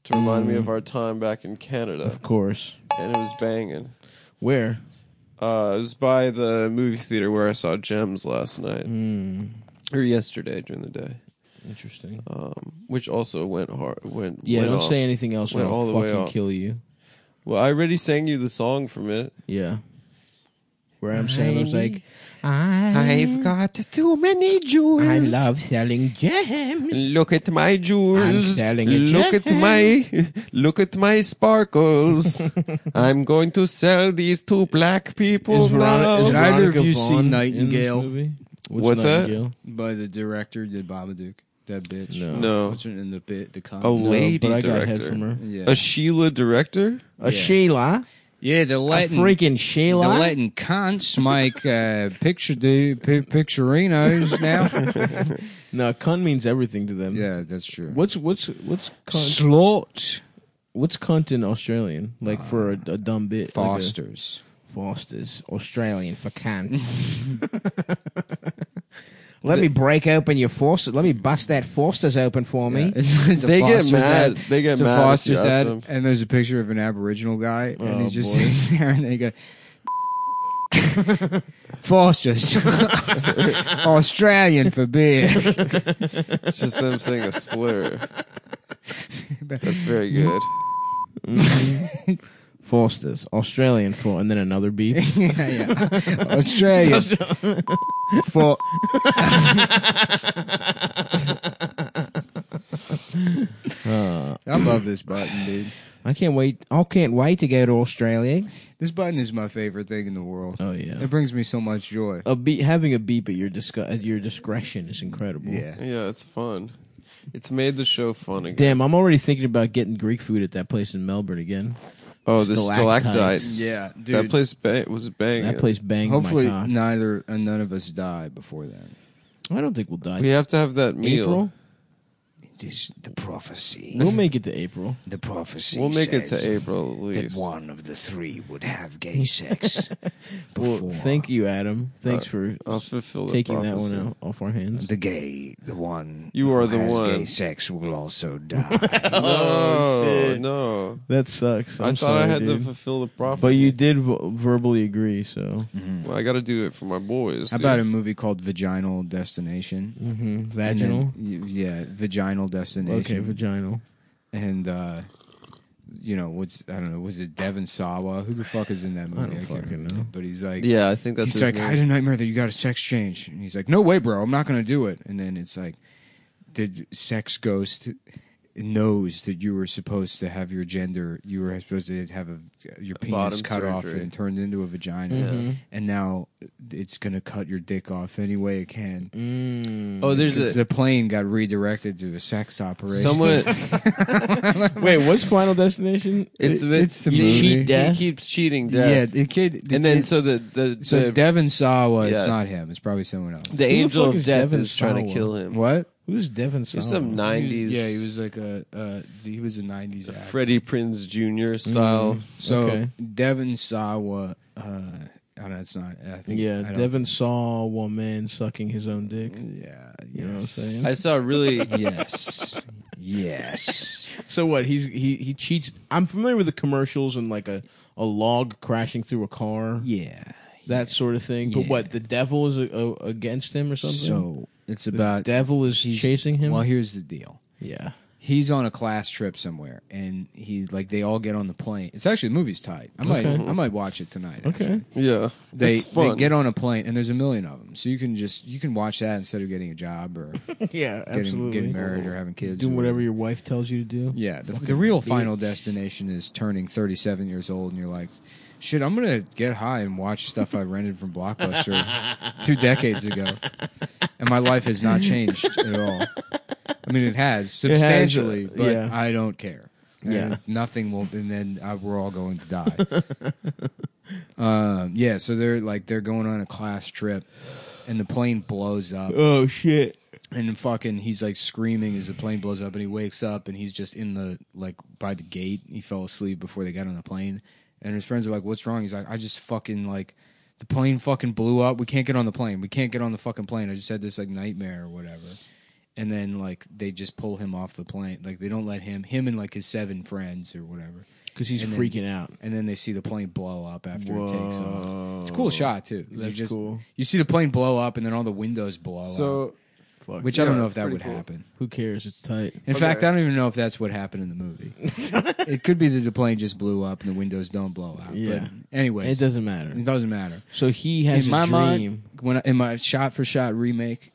S3: to remind me of our time back in Canada,
S1: of course.
S3: and it was banging.
S1: Where?
S3: Uh, it was by the movie theater where I saw Gems last night
S1: Hmm.
S3: or yesterday during the day,
S1: Interesting.
S3: um, which also went hard. Went
S1: Uh, yeah,
S3: went
S1: don't
S3: off.
S1: say anything else, or
S3: Went all
S1: I'll
S3: the way
S1: fucking
S3: off.
S1: kill you.
S3: Well, I already sang you the song from it.
S1: Yeah. Where I'm Sandler's like,
S3: I've got too many jewels.
S1: I love selling gems.
S3: Look at my jewels.
S1: I'm selling a
S3: Look at
S1: gem.
S3: my (laughs) look at
S1: (laughs)
S3: my sparkles. I'm going to sell these to black people now.
S2: is Did either
S1: Veronica
S2: of you see
S1: Vaughn in
S2: Nightingale?
S1: this movie?
S3: What's that?
S1: Nightingale?
S2: By the director did Babadook. That bitch.
S1: No.
S3: No.
S2: What's her in the bit the
S3: a
S2: comic.
S3: lady
S1: but I got
S3: director.
S1: head from her.
S2: yeah.
S3: A Sheila director?
S1: A Sheila.
S2: yeah, the
S1: A
S2: Latin
S1: freaking
S2: the
S1: Sheila.
S2: Latin cunts make uh, picture do pi
S1: (laughs)
S2: picturinos now.
S1: No, cunt means everything to them.
S2: yeah, that's true.
S1: What's what's what's cunt,
S2: Slot
S1: what's cunt in Australian? Like for a, a dumb bit. like a-
S2: Fosters.
S1: Foster's (laughs) Australian for cunt. (laughs) Let me break open your Foster. Let me bust that Foster's open for me.
S2: (laughs) It's, it's a
S3: They get
S2: Foster's
S3: mad.
S2: Ad.
S3: They get
S2: it's a
S3: mad if you
S2: Foster's
S3: ask
S2: ad,
S3: them. Oh,
S2: and there's a picture of an Aboriginal guy, and he's just
S1: boy.
S2: sitting there, and they go, (laughs) Foster's (laughs) Australian for beer. (laughs)
S3: It's just them saying a
S1: (laughs)
S3: slur. That's very good.
S1: Foster's Australian for, and then another beep.
S2: yeah, yeah.
S3: (laughs)
S2: Australian for
S6: I love this button, dude.
S1: I can't wait. I can't wait to go to Australia.
S2: This button is my favorite thing in the world.
S1: Oh yeah.
S2: It brings me so much joy.
S1: A beep, having a beep at your discu- at your discretion is incredible.
S2: Yeah.
S3: Yeah, it's fun. It's made the show fun again.
S1: Damn, I'm already thinking about getting Greek food at that place in Melbourne again.
S3: Oh, the
S1: Stalactites.
S3: stalactites.
S2: Yeah,
S3: That
S2: dude.
S3: place bang- was banging.
S1: That place banged
S2: Hopefully,
S1: my cock.
S2: neither and none of us die before then.
S1: I don't think we'll die.
S3: We have to have that meal.
S1: April.
S2: It is the prophecy.
S1: We'll make it to April.
S2: The prophecy.
S3: We'll make it
S2: says
S3: to April at least.
S2: That one of the three would have (laughs) gay sex
S1: Well,
S2: before
S1: thank you, Adam. Thanks for
S3: I'll fulfill the
S1: taking that
S3: prophecy.
S1: one out off our hands.
S2: the gay. The one
S3: You
S2: who
S3: are the
S2: has
S3: one.
S2: Gay sex will (laughs) also die.
S3: No, Oh,
S2: Oh,
S3: no.
S1: That sucks.
S3: i
S1: I'm
S3: thought
S1: sorry,
S3: I had
S1: dude.
S3: to fulfill the prophecy.
S1: But you did v- verbally agree, so Mm-hmm.
S3: Well, I got to do it for my boys.
S2: How
S3: dude.
S2: about a movie called Vaginal Destination?
S1: mm-hmm.
S2: And then-
S1: vaginal.
S2: y- yeah, Vaginal Destination.
S1: Okay, vaginal.
S2: and uh you know what's I don't know was it Devin Sawa who the fuck is in that movie?
S1: don't
S2: can't
S1: fucking
S2: remember.
S1: know.
S2: But he's like,
S3: Yeah, I think that's
S2: he's
S3: his
S2: like,
S3: name.
S2: I had a nightmare that you got a sex change, and he's like, No way, bro, I'm not gonna do it. And then it's like, the sex ghost knows that you were supposed to have your gender, you were supposed to have a your penis
S3: bottom
S2: cut off
S3: surgery.
S2: and turned into a vagina,
S1: Mm-hmm.
S2: and now it's gonna cut your dick off any way it can. Mm.
S3: oh, there's
S2: Because
S3: a
S2: the plane got redirected to a sex operation.
S3: someone.
S1: (laughs) Wait, what's Final Destination?
S3: It's
S2: It- it's a
S3: you
S2: movie.
S3: cheat
S1: Death?
S3: He keeps cheating
S2: yeah,
S3: death.
S2: the kid, the
S3: and then
S2: kid-
S3: so the the
S2: So
S3: the,
S2: Devin Sawa, it's
S3: yeah.
S2: not him. It's probably someone else.
S3: the angel
S1: fuck
S3: of
S1: is
S3: death
S1: Devin
S3: is trying to
S1: Sawa?
S3: kill him.
S2: what?
S1: Who's Devin Sawa?
S3: It's some nineties.
S2: yeah, he was like a uh, he was a nineties actor.
S3: Freddie Prinz Jr.
S1: Mm-hmm.
S3: style.
S2: so
S1: okay.
S2: Devin Sawa, uh, I don't know. It's not. I think I
S1: Yeah,
S2: don't-
S1: Devin saw one man sucking his own dick.
S2: Yeah.
S1: You know what I'm
S2: Yes.
S1: saying?
S3: I saw
S1: (laughs)
S3: a really
S2: yes. Yes.
S1: So what? He's he he cheats. I'm familiar with the commercials and like a a log crashing through a car,
S2: Yeah.
S1: that sort of thing. But
S2: Yeah.
S1: what? The devil is a, a, against him or something.
S2: So it's
S1: the
S2: about
S1: devil is
S2: he's-
S1: chasing him.
S2: Well, here's the deal.
S1: yeah.
S2: He's on a class trip somewhere, and he like they all get on the plane. It's actually the movie's tight. I might I might watch it tonight. actually.
S1: Okay.
S3: yeah.
S2: they
S3: it's fun.
S2: they get on a plane and there's a million of them so you can just you can watch that instead of getting a job or
S1: (laughs) yeah.
S2: getting,
S1: Absolutely.
S2: getting married or having kids
S1: Doing
S2: or
S1: whatever your wife tells you to do.
S2: yeah the, the real final destination is turning 37 years old and you're like shit i'm gonna get high and watch stuff i rented
S1: (laughs)
S2: from blockbuster two decades ago and my life has not changed at all i mean it has
S1: has, uh,
S2: substantially but
S1: yeah.
S2: i don't care And
S1: Yeah.
S2: nothing will and then I, we're all going to die
S1: (laughs)
S2: um, yeah so they're like they're going on a class trip and the plane blows up
S1: Oh shit.
S2: and then fucking he's like screaming as the plane blows up and he wakes up and he's just in the like by the gate he fell asleep before they got on the plane and his friends are like what's wrong he's like i just fucking like the plane fucking blew up we can't get on the plane we can't get on the fucking plane i just had this like nightmare or whatever and then like they just pull him off the plane like they don't let him him and like his seven friends or whatever
S1: Because he's
S2: And then-
S1: freaking out.
S2: and then they see the plane blow up after it takes off. It's a cool shot too. Like,
S1: is
S2: just-
S1: cool.
S2: You see the plane blow up, and then all the windows blow up.
S3: so
S1: Fuck.
S2: Which I
S3: yeah,
S2: don't know if
S3: it's
S2: that
S3: pretty
S2: would
S3: cool.
S2: happen.
S1: Who cares? It's tight.
S2: In fact, I don't even know if that's what happened in the
S1: (laughs)
S2: movie. it could be that the plane just blew up and the windows don't blow out.
S1: Yeah.
S2: But anyways,
S1: It doesn't matter.
S2: It doesn't matter.
S1: So he has
S2: in
S1: a
S2: my
S1: dream. Mm-hmm.
S2: mind, when I, in my shot for shot remake,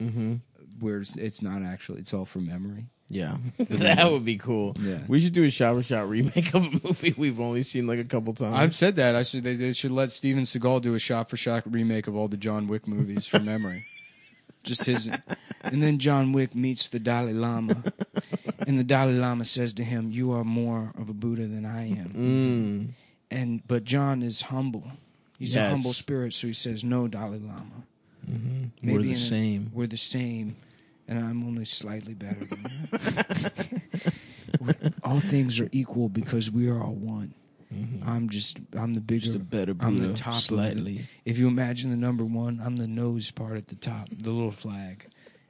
S2: where it's, it's not actually, it's all from memory.
S1: Yeah, (laughs) that would be cool.
S2: Yeah.
S1: we should do a shot for shot remake of a movie we've only seen like a couple times.
S2: I've said that. I should they, they should let Steven Seagal do a shot for shot remake of all the John Wick movies from
S1: (laughs)
S2: memory. Just his and then John Wick meets the Dalai Lama. And the Dalai Lama says to him, You are more of a Buddha than I
S1: Mm. Hmm.
S2: am. And but John is humble. He's
S1: Yes.
S2: a humble spirit, so he says, No, Dalai Lama.
S1: Mm-hmm. We're the
S2: in a-
S1: same.
S2: we're the same, and I'm only slightly better than
S1: (laughs)
S2: you. all things are equal because we are all one. I'm just I'm the bigger,
S1: Mm-hmm. a better
S2: I'm the
S1: Buddha,
S2: top of the-
S1: slightly.
S2: if you imagine the number one, I'm the nose part at the top, the little flag,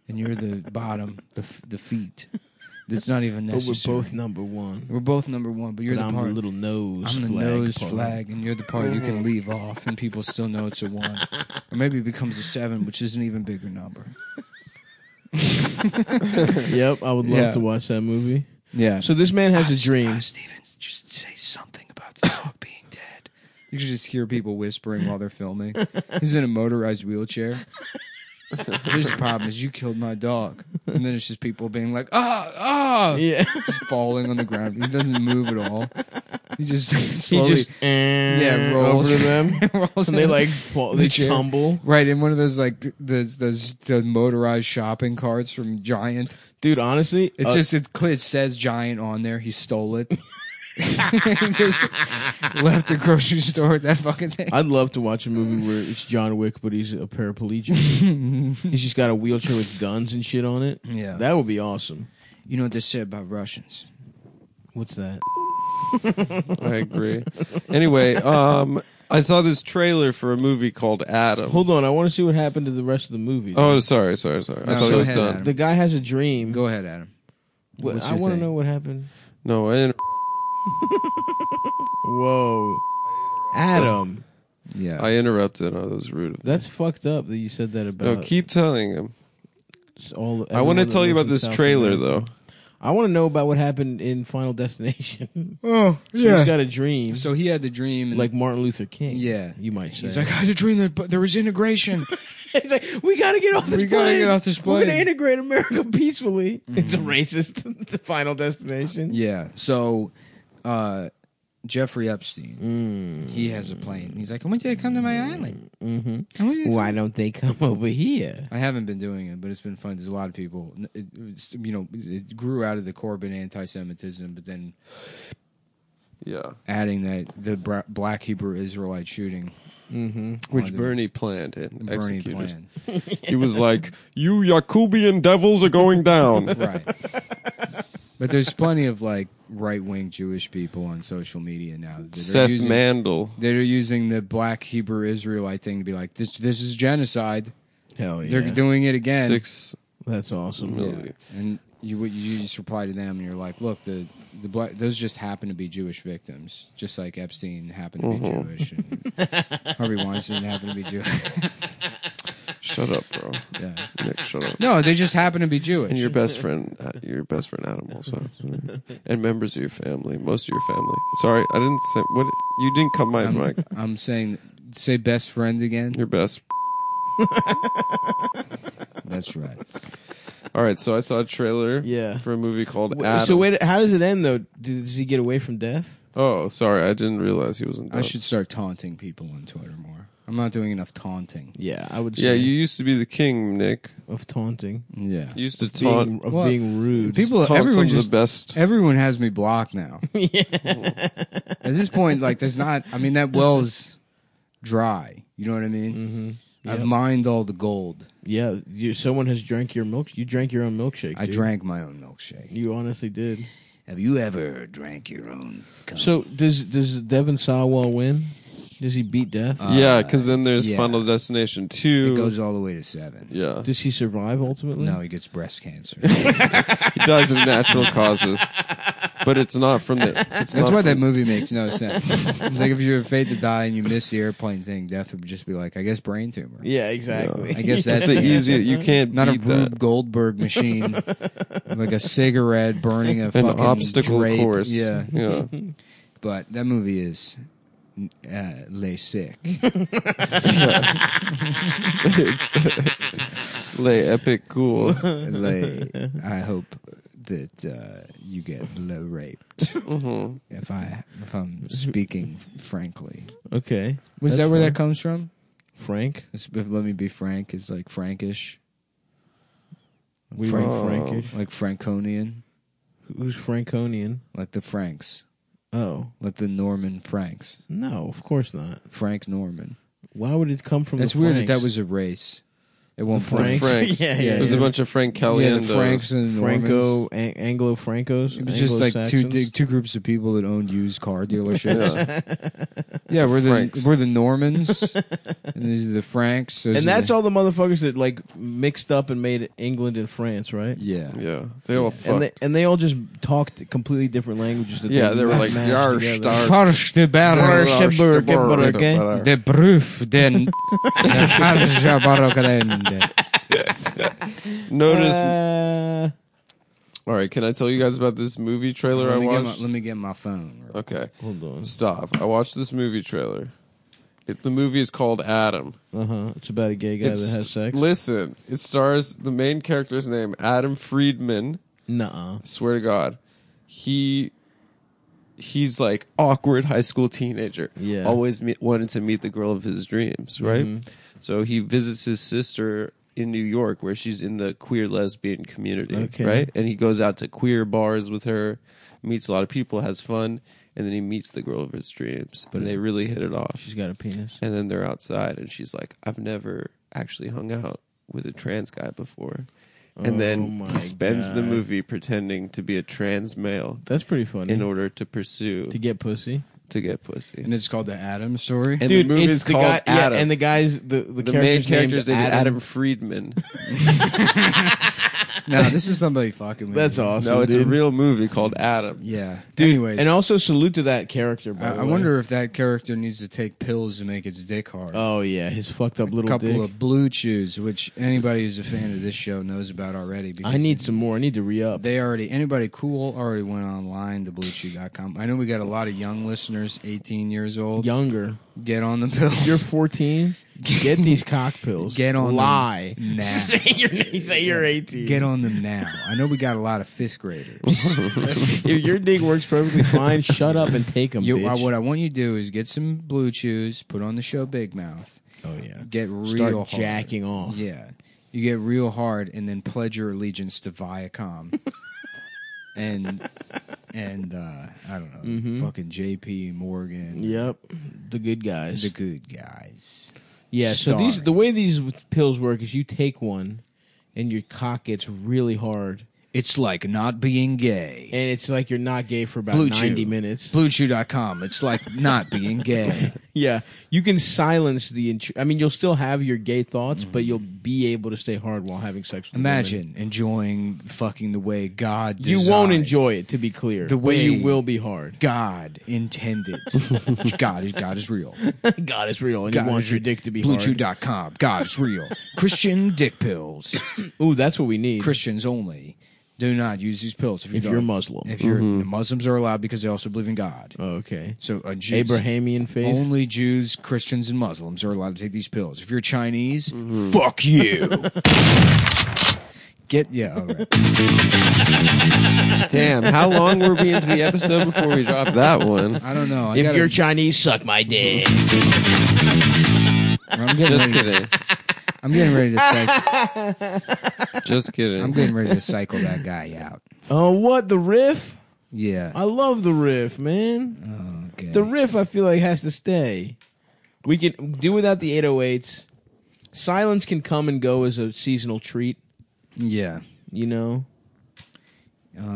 S2: and
S1: (laughs)
S2: you're the bottom, the f- the feet. That's not even
S1: but we're
S2: necessary.
S1: both number one.
S2: We're both number one, but you're
S1: But
S2: the
S1: I'm
S2: part.
S1: the little nose.
S2: I'm the
S1: flag
S2: nose
S1: part.
S2: flag, and you're the part you can leave off, and people still know it's a one, or maybe it becomes a seven, which is an even bigger number.
S1: Yep, I would love
S2: Yeah.
S1: to watch that movie.
S2: Yeah.
S1: So this man has a dream.
S2: Steven, just say something about the dog being dead. You can just hear people whispering while they're filming. He's in a motorized wheelchair. His problem is you killed my dog, and then it's just people being like, ah, ah,
S1: (laughs) Yeah.
S2: just falling on the ground. He doesn't move at all. He just
S1: He
S2: slowly
S1: just yeah
S2: rolls.
S1: over to them,
S2: (laughs) rolls
S1: and they
S2: in.
S1: like fall, Oh, they
S2: chair.
S1: tumble.
S2: right in one of those like those those, those motorized shopping carts from Giant.
S1: Dude, honestly,
S2: It's
S1: uh,
S2: just it, cl- it says Giant on there. He stole it. (laughs) Just left the grocery store with that fucking thing.
S1: I'd love to watch a movie where it's John Wick, but he's a
S3: (laughs)
S1: paraplegic. he's just got a wheelchair with guns and shit on it.
S2: Yeah.
S1: that would be awesome.
S2: You know what they say about Russians?
S1: What's that?
S3: I agree. Anyway, um, I saw this trailer for a movie called Adam.
S1: Hold on, I want to see what happened to the rest of the movie.
S3: Oh, sorry, sorry, sorry. I
S2: No,
S3: thought
S2: go
S3: it was
S2: ahead,
S3: done.
S2: Adam.
S1: the guy has a dream.
S2: Go ahead, Adam.
S1: What-
S2: what's
S1: I
S2: your
S1: want to
S2: thing?
S1: know what happened.
S3: No, I didn't.
S1: Whoa, Adam,
S2: Yeah.
S3: I interrupted. Oh, that was rude. of me.
S1: that's fucked up that you said that about.
S3: No, keep telling him.
S1: all,
S3: I want to
S1: Uh, everyone
S3: tell you
S1: that lives
S3: about this
S1: in South
S3: trailer,
S1: America.
S3: though.
S1: I want to know about what happened in Final Destination. oh, yeah. (laughs) She's got a dream,
S2: so he had the dream, and
S1: like Martin Luther King.
S2: Yeah.
S1: you might say.
S2: he's like, I had a dream that but there was integration. (laughs)
S1: (laughs) He's like, we gotta get off this Mm-hmm.
S2: We
S1: plane.
S2: gotta get off this
S1: We're gonna
S2: plane."
S1: integrate America (laughs) peacefully. It's a racist. (laughs) the final destination.
S2: yeah. So, uh, Jeffrey Epstein,
S1: Mm.
S2: he has a plane. He's like, I want you to come to my island. Mm-hmm. I want you to
S1: Why don't they come over here?
S2: I haven't been doing it, but it's been fun. There's a lot of people. It, it's, you know, it grew out of the Corbyn anti-Semitism, but then
S3: Yeah,
S2: adding that the bra- black Hebrew Israelite shooting,
S3: which
S2: the-
S3: Bernie planned and
S2: Bernie
S3: executed.
S2: plan,
S3: He
S2: (laughs)
S3: was like, "You Yakubian devils are going down."
S2: right? but there's plenty of like right-wing Jewish people on social media now. That are
S3: Seth
S2: using,
S3: Mandel.
S2: That are using the black Hebrew Israelite thing to be like, this this is genocide.
S1: Hell yeah,
S2: They're doing it again.
S3: Six
S1: that's awesome.
S2: Yeah.
S3: million.
S2: And you would- you just reply to them, and you're like, look, the the black, those just happen to be Jewish victims, just like Epstein happened to be
S3: Mm-hmm.
S2: Jewish, and
S3: (laughs)
S2: Harvey Weinstein happened to be Jewish. (laughs)
S3: Shut up, bro.
S2: yeah.
S3: Nick, shut
S2: (laughs)
S3: up.
S2: No, they just happen to be Jewish.
S3: And your best friend, uh, your best friend Adam, also, and members of your family, most of your family. Sorry, I didn't say what you didn't cut my
S2: I'm, (laughs)
S3: mic.
S2: I'm saying, say best friend again.
S3: Your best.
S2: That's
S3: (laughs)
S2: right.
S3: All right, so I saw a trailer.
S1: Yeah.
S3: for a movie called
S1: Wait,
S3: Adam.
S1: So wait, how does it end though? Do- Does he get away from death?
S3: Oh, sorry, I didn't realize he wasn't.
S2: I
S3: done.
S2: should start taunting people on Twitter more. I'm not doing enough taunting.
S1: Yeah, I would.
S3: Yeah,
S1: say
S3: you used to be the king, Nick.
S1: of taunting,
S2: Yeah.
S3: You used to taunt.
S1: being, of
S2: Well,
S1: being rude.
S2: people,
S3: taunt some
S2: everyone
S3: of
S2: just
S3: the best.
S2: Everyone has me
S1: (laughs)
S2: blocked now. At this point, like, there's not. I mean, that well's dry. You know what I mean? Mm-hmm. I've mined all the gold.
S1: yeah, you, someone has drank your milk. You drank your own milkshake.
S2: I
S1: dude.
S2: drank my own milkshake.
S1: You honestly did.
S2: Have you ever drank your own? cum?
S1: So does does Devin Sawa win? Does he beat death?
S3: yeah, because then there's
S2: yeah.
S3: Final Destination
S2: it
S3: Two.
S2: goes all the way to seven.
S3: yeah,
S1: does he survive ultimately?
S2: No, he gets breast cancer.
S3: he dies of
S2: (laughs)
S3: natural causes, but it's not from the. It's
S2: That's
S3: not
S2: why that
S3: from,
S2: movie makes no sense.
S1: (laughs)
S2: it's like if you're afraid to die and you miss the airplane thing, death would just be like, I guess brain tumor.
S1: Yeah, exactly.
S2: I (laughs) guess that's
S3: It's the easy. You can't
S2: Not a
S3: beat that.
S2: Rube Goldberg machine, (laughs) like a cigarette burning a
S3: An
S2: fucking
S3: obstacle
S2: drape.
S3: course.
S2: Yeah,
S3: You
S2: (laughs)
S3: know.
S2: but that movie is uh, les sick.
S3: Lay
S2: (laughs)
S3: epic cool.
S2: Les, I hope that uh, you get le raped.
S3: Mm-hmm.
S2: If I if I'm speaking frankly,
S1: Okay.
S2: was
S1: That's
S2: that where
S1: fine.
S2: that comes from?
S1: Frank?
S2: It's- If let me be frank, is like Frankish,
S1: We
S2: Frank-
S1: were Frankish.
S2: like Franconian,
S1: Who's Franconian?
S2: like the Franks,
S1: Oh
S2: like the Norman Franks,
S1: no, of course not.
S2: Frank Norman.
S1: Why would it come from?
S2: That's
S1: the
S2: weird that that
S1: Franks?
S2: was a race. At one
S1: The
S2: point,
S3: The
S1: Franks.
S3: Franks.
S1: Yeah, yeah,
S3: There's
S2: yeah.
S3: a bunch of Frank
S2: yeah, the
S3: Caliendos.
S2: Franks and the Normans.
S1: Franco An- Anglo Francos.
S2: It was just like two di- two groups of people that owned used car dealerships. (laughs) Yeah, we're the
S3: Franks.
S2: we're the Normans, and these are the Franks. Those
S1: and
S2: are
S1: that's
S2: the-
S1: all the motherfuckers that like mixed up and made England and France, right?
S2: Yeah,
S3: Yeah, they all fucked.
S1: And they and they all just talked completely different languages. That
S3: yeah, they were like
S1: mashed
S3: yar
S1: together.
S3: star.
S2: Farsch de Baron,
S3: Barge-
S2: de Bruf den Farge Barogrande.
S3: Notice.
S1: Uh,
S3: all right, can I tell you guys about this movie trailer I
S2: Let me get my-
S3: watched?
S2: let me get my phone.
S3: okay,
S1: hold on.
S3: stop. I watched this movie trailer. It, the movie is called Adam.
S1: Uh huh. It's about a gay guy
S3: It's-
S1: that has sex.
S3: Listen, it stars the main character's name, Adam Friedman.
S1: Nuh-uh.
S3: I swear to God, he he's like awkward high school teenager.
S1: Yeah. Mm-hmm.
S3: always me- wanted to meet the girl of his dreams. Right, so he visits his sister in New York, where she's in the queer lesbian community.
S1: Okay.
S3: right, and he goes out to queer bars with her, meets a lot of people, has fun, and then he meets the girl of his dreams. But they really hit it off.
S1: Mm-hmm. She's got a penis.
S3: And then they're outside, and she's like, "I've never actually hung out with a trans guy before." And then
S1: Oh my
S3: he spends the
S1: God.
S3: movie pretending to be a trans male
S1: That's pretty funny.
S3: in order to pursue
S1: to get pussy.
S3: to get pussy.
S2: and it's called the Adam story.
S3: And- Dude, the movie's called
S1: guy,
S3: Adam.
S1: Yeah, and the guys, the the,
S3: the main character's name
S1: named Adam.
S3: is Adam Friedman.
S2: no, this is somebody fucking with
S1: That's (laughs)
S2: me.
S1: awesome.
S3: no, it's
S1: dude.
S3: a real movie called Adam.
S2: Yeah.
S1: Dude,
S2: Anyways,
S1: and also salute to that character. By
S2: I,
S1: the
S2: I
S1: way.
S2: wonder if that character needs to take pills to make its dick hard.
S1: Oh yeah, his fucked up
S2: a
S1: little
S2: couple
S1: dick.
S2: of blue chews, which anybody who's a fan of this show knows about already. Because
S1: I need some more. I need to re up.
S2: They already anybody cool already went online to bluechew.com. I know we got a lot of young listeners, eighteen years
S1: (laughs)
S2: old.
S1: Younger,
S2: Get on the pills.
S1: you're 14. Get these cock pills.
S2: (laughs) Get on them
S1: Lie. (laughs)
S2: now.
S1: say your name. Say you're 18.
S2: Get on them now. I know we got a lot of
S1: (laughs)
S2: fifth graders.
S1: if your dick works
S2: (laughs)
S1: perfectly fine, shut up and take them.
S2: You,
S1: bitch.
S2: I, what I want you to do is get some blue chews, put on the show Big Mouth,
S1: oh yeah.
S2: get real
S1: Start
S2: hard.
S1: jacking off.
S2: Yeah. You get real hard and then pledge your allegiance
S1: (laughs)
S2: to Viacom. and and uh I don't know,
S1: Mm-hmm.
S2: fucking JP Morgan.
S1: Yep. The good guys.
S2: The good guys.
S1: Yeah, so these
S2: Starring.
S1: the way these pills work is you take one and your cock gets really hard
S2: It's like not being gay.
S1: and it's like you're not gay for about
S2: Blue
S1: 90
S2: Chew.
S1: minutes.
S2: Bluechew.com. It's like not being
S1: (laughs)
S2: gay.
S1: Yeah. You can silence the intru- I mean you'll still have your gay thoughts but you'll be able to stay hard while having sex with a woman.
S2: Mm-hmm. Imagine enjoying fucking the way God
S1: You
S2: designed.
S1: won't enjoy it to be clear.
S2: The
S1: but you
S2: way-
S1: will be hard. (laughs)
S2: God intended. God is God is real.
S1: God is real and
S2: God
S1: you want
S2: is
S1: your
S2: real.
S1: dick to be hard.
S2: Bluechew.com. God is
S1: (laughs)
S2: real. Christian dick pills.
S1: Ooh, that's what we need.
S2: Christians only do not use these pills.
S1: If
S2: don't-
S1: you're Muslim.
S2: if you're Muslims are allowed because they also believe in God.
S1: Oh, okay.
S2: So uh, Jews,
S1: Abrahamian faith.
S2: only Jews, Christians, and Muslims are allowed to take these pills. If you're Chinese,
S1: Mm-hmm. (laughs)
S2: fuck you. Get yeah. All right.
S3: Damn, how long were we into the episode before we dropped that one?
S2: I don't know. I Mm-hmm.
S1: if
S2: gotta,
S1: you're Chinese, suck my dick.
S2: I'm getting
S3: Just
S2: ready.
S3: kidding.
S2: I'm getting ready
S1: (laughs)
S2: to cycle.
S3: Just
S2: I'm
S3: kidding.
S2: getting ready to cycle that guy out.
S1: Oh, what the riff? I
S2: Yeah.
S1: love the riff, man.
S2: Mm-hmm. Okay.
S1: Uh, The riff, I feel like, has to stay. We can do without the 808s. Silence can come and go as a seasonal treat,
S2: yeah.
S1: you know?
S2: Wait,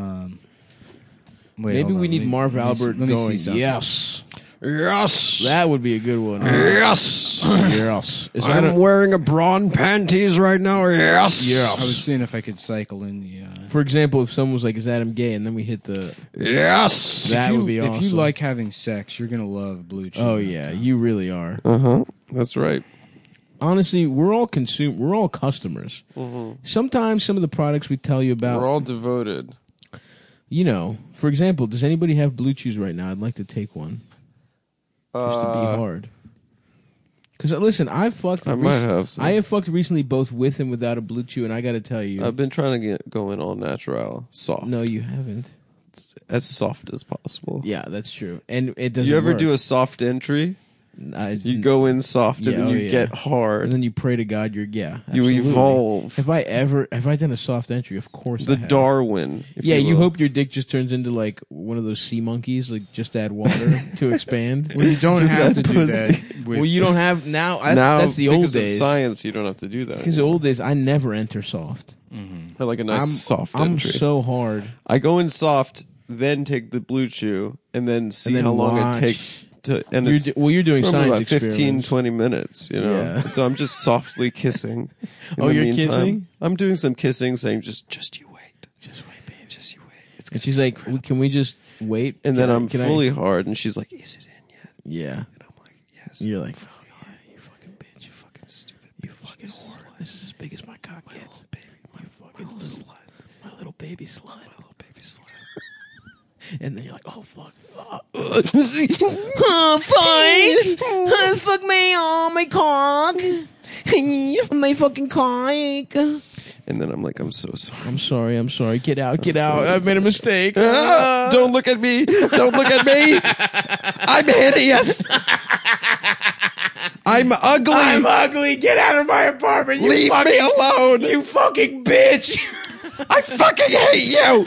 S1: Maybe
S2: hold
S1: we
S2: on.
S1: need
S2: Let me-
S1: Marv
S2: let me see-
S1: Albert
S2: let me see
S1: going,
S2: something.
S1: yes.
S5: Yes.
S1: That would be a good one.
S3: (clears throat)
S5: yes.
S1: yes. Is that
S5: I'm
S1: a,
S5: wearing a brawn panties right now. Yes.
S2: I was
S5: Yes.
S2: seeing if I could cycle in the. Uh,
S1: for example, if someone was like, is Adam gay? And then we hit the,
S5: Yes.
S1: that
S2: if you,
S1: would be awesome.
S2: If you like having sex, you're gonna love blue cheese.
S1: Oh, yeah, you really are.
S3: Uh huh. That's right.
S1: Honestly, we're all consume. We're all customers. Sometimes some of the products we tell you about
S3: Mm-hmm. We're all devoted.
S1: you know, for example, does anybody have blue chews right now? I'd like to take one. Just to be hard. Because listen, I fucked.
S3: Uh, I might have some.
S1: I have fucked recently, both with and without a blue chew, and I got to tell you,
S3: I've been trying to get going all natural, soft,
S1: no, you haven't.
S3: as soft as possible.
S1: Yeah, that's true. And it doesn't.
S3: You ever do a soft entry? You go in soft
S1: Yeah,
S3: and then
S1: oh,
S3: you
S1: yeah.
S3: get
S1: and
S3: hard.
S1: then you pray to God. You're yeah.
S3: You
S1: absolutely.
S3: evolve.
S1: Have I ever? Have I done a soft entry? Of course.
S3: the
S1: I have.
S3: Darwin. if
S1: Yeah, you
S3: will.
S1: hope your dick just turns into like one of those sea monkeys, like just add water
S3: (laughs)
S1: to expand.
S2: Well, you don't
S3: Just
S2: have
S3: add
S2: to do
S3: pussy.
S2: that. With,
S1: well, you don't have now. That's,
S3: now
S1: that's the
S3: because
S1: old
S3: of
S1: days.
S3: science. You don't have to do that.
S1: Because the
S3: anymore.
S1: old days, I never enter soft.
S3: I like a nice
S1: I'm
S3: soft
S1: I'm
S3: entry.
S1: so hard.
S3: I go in soft, then take the blue chew, and then see
S1: And then
S3: how long
S1: watch.
S3: it takes to. And
S1: You're
S3: it's
S1: do- well, you're doing
S3: probably
S1: science
S3: about 15,
S1: experiments.
S3: 20 minutes. You know,
S1: Yeah.
S3: so I'm just
S1: (laughs)
S3: softly kissing. in
S1: Oh,
S3: the
S1: you're
S3: meantime.
S1: kissing?
S3: I'm doing some kissing, saying just, just you wait, just wait, babe, just you wait. It's
S1: And
S3: good.
S1: she's like, "We- "Can we just wait?"
S3: And then
S1: Can I-
S3: I'm
S1: can I-
S3: fully hard, and she's like, "Is it in yet?"
S1: yeah.
S3: And I'm like, "Yes."
S1: You're like,
S3: fully hard. You fucking bitch. You fucking stupid. You fucking whore.
S1: "This is as big as my cock gets."
S3: baby. My fucking little slut.
S1: My little baby slime.
S3: Little baby slut.
S1: And then you're like, "Oh fuck!" (laughs) Uh, oh, fuck. oh, fuck me. Oh, my cock. (laughs) my fucking cock.
S3: And then I'm like, I'm so sorry.
S1: I'm sorry. I'm sorry. Get out. Get out.
S3: sorry,
S1: I
S3: I'm
S1: made a mistake. Uh,
S3: Ah, don't look at me. Don't look at me. I'm hideous. I'm ugly.
S1: I'm ugly. Get out of my apartment. You
S3: Leave
S1: fucking,
S3: me alone.
S1: You fucking bitch.
S3: I fucking hate you.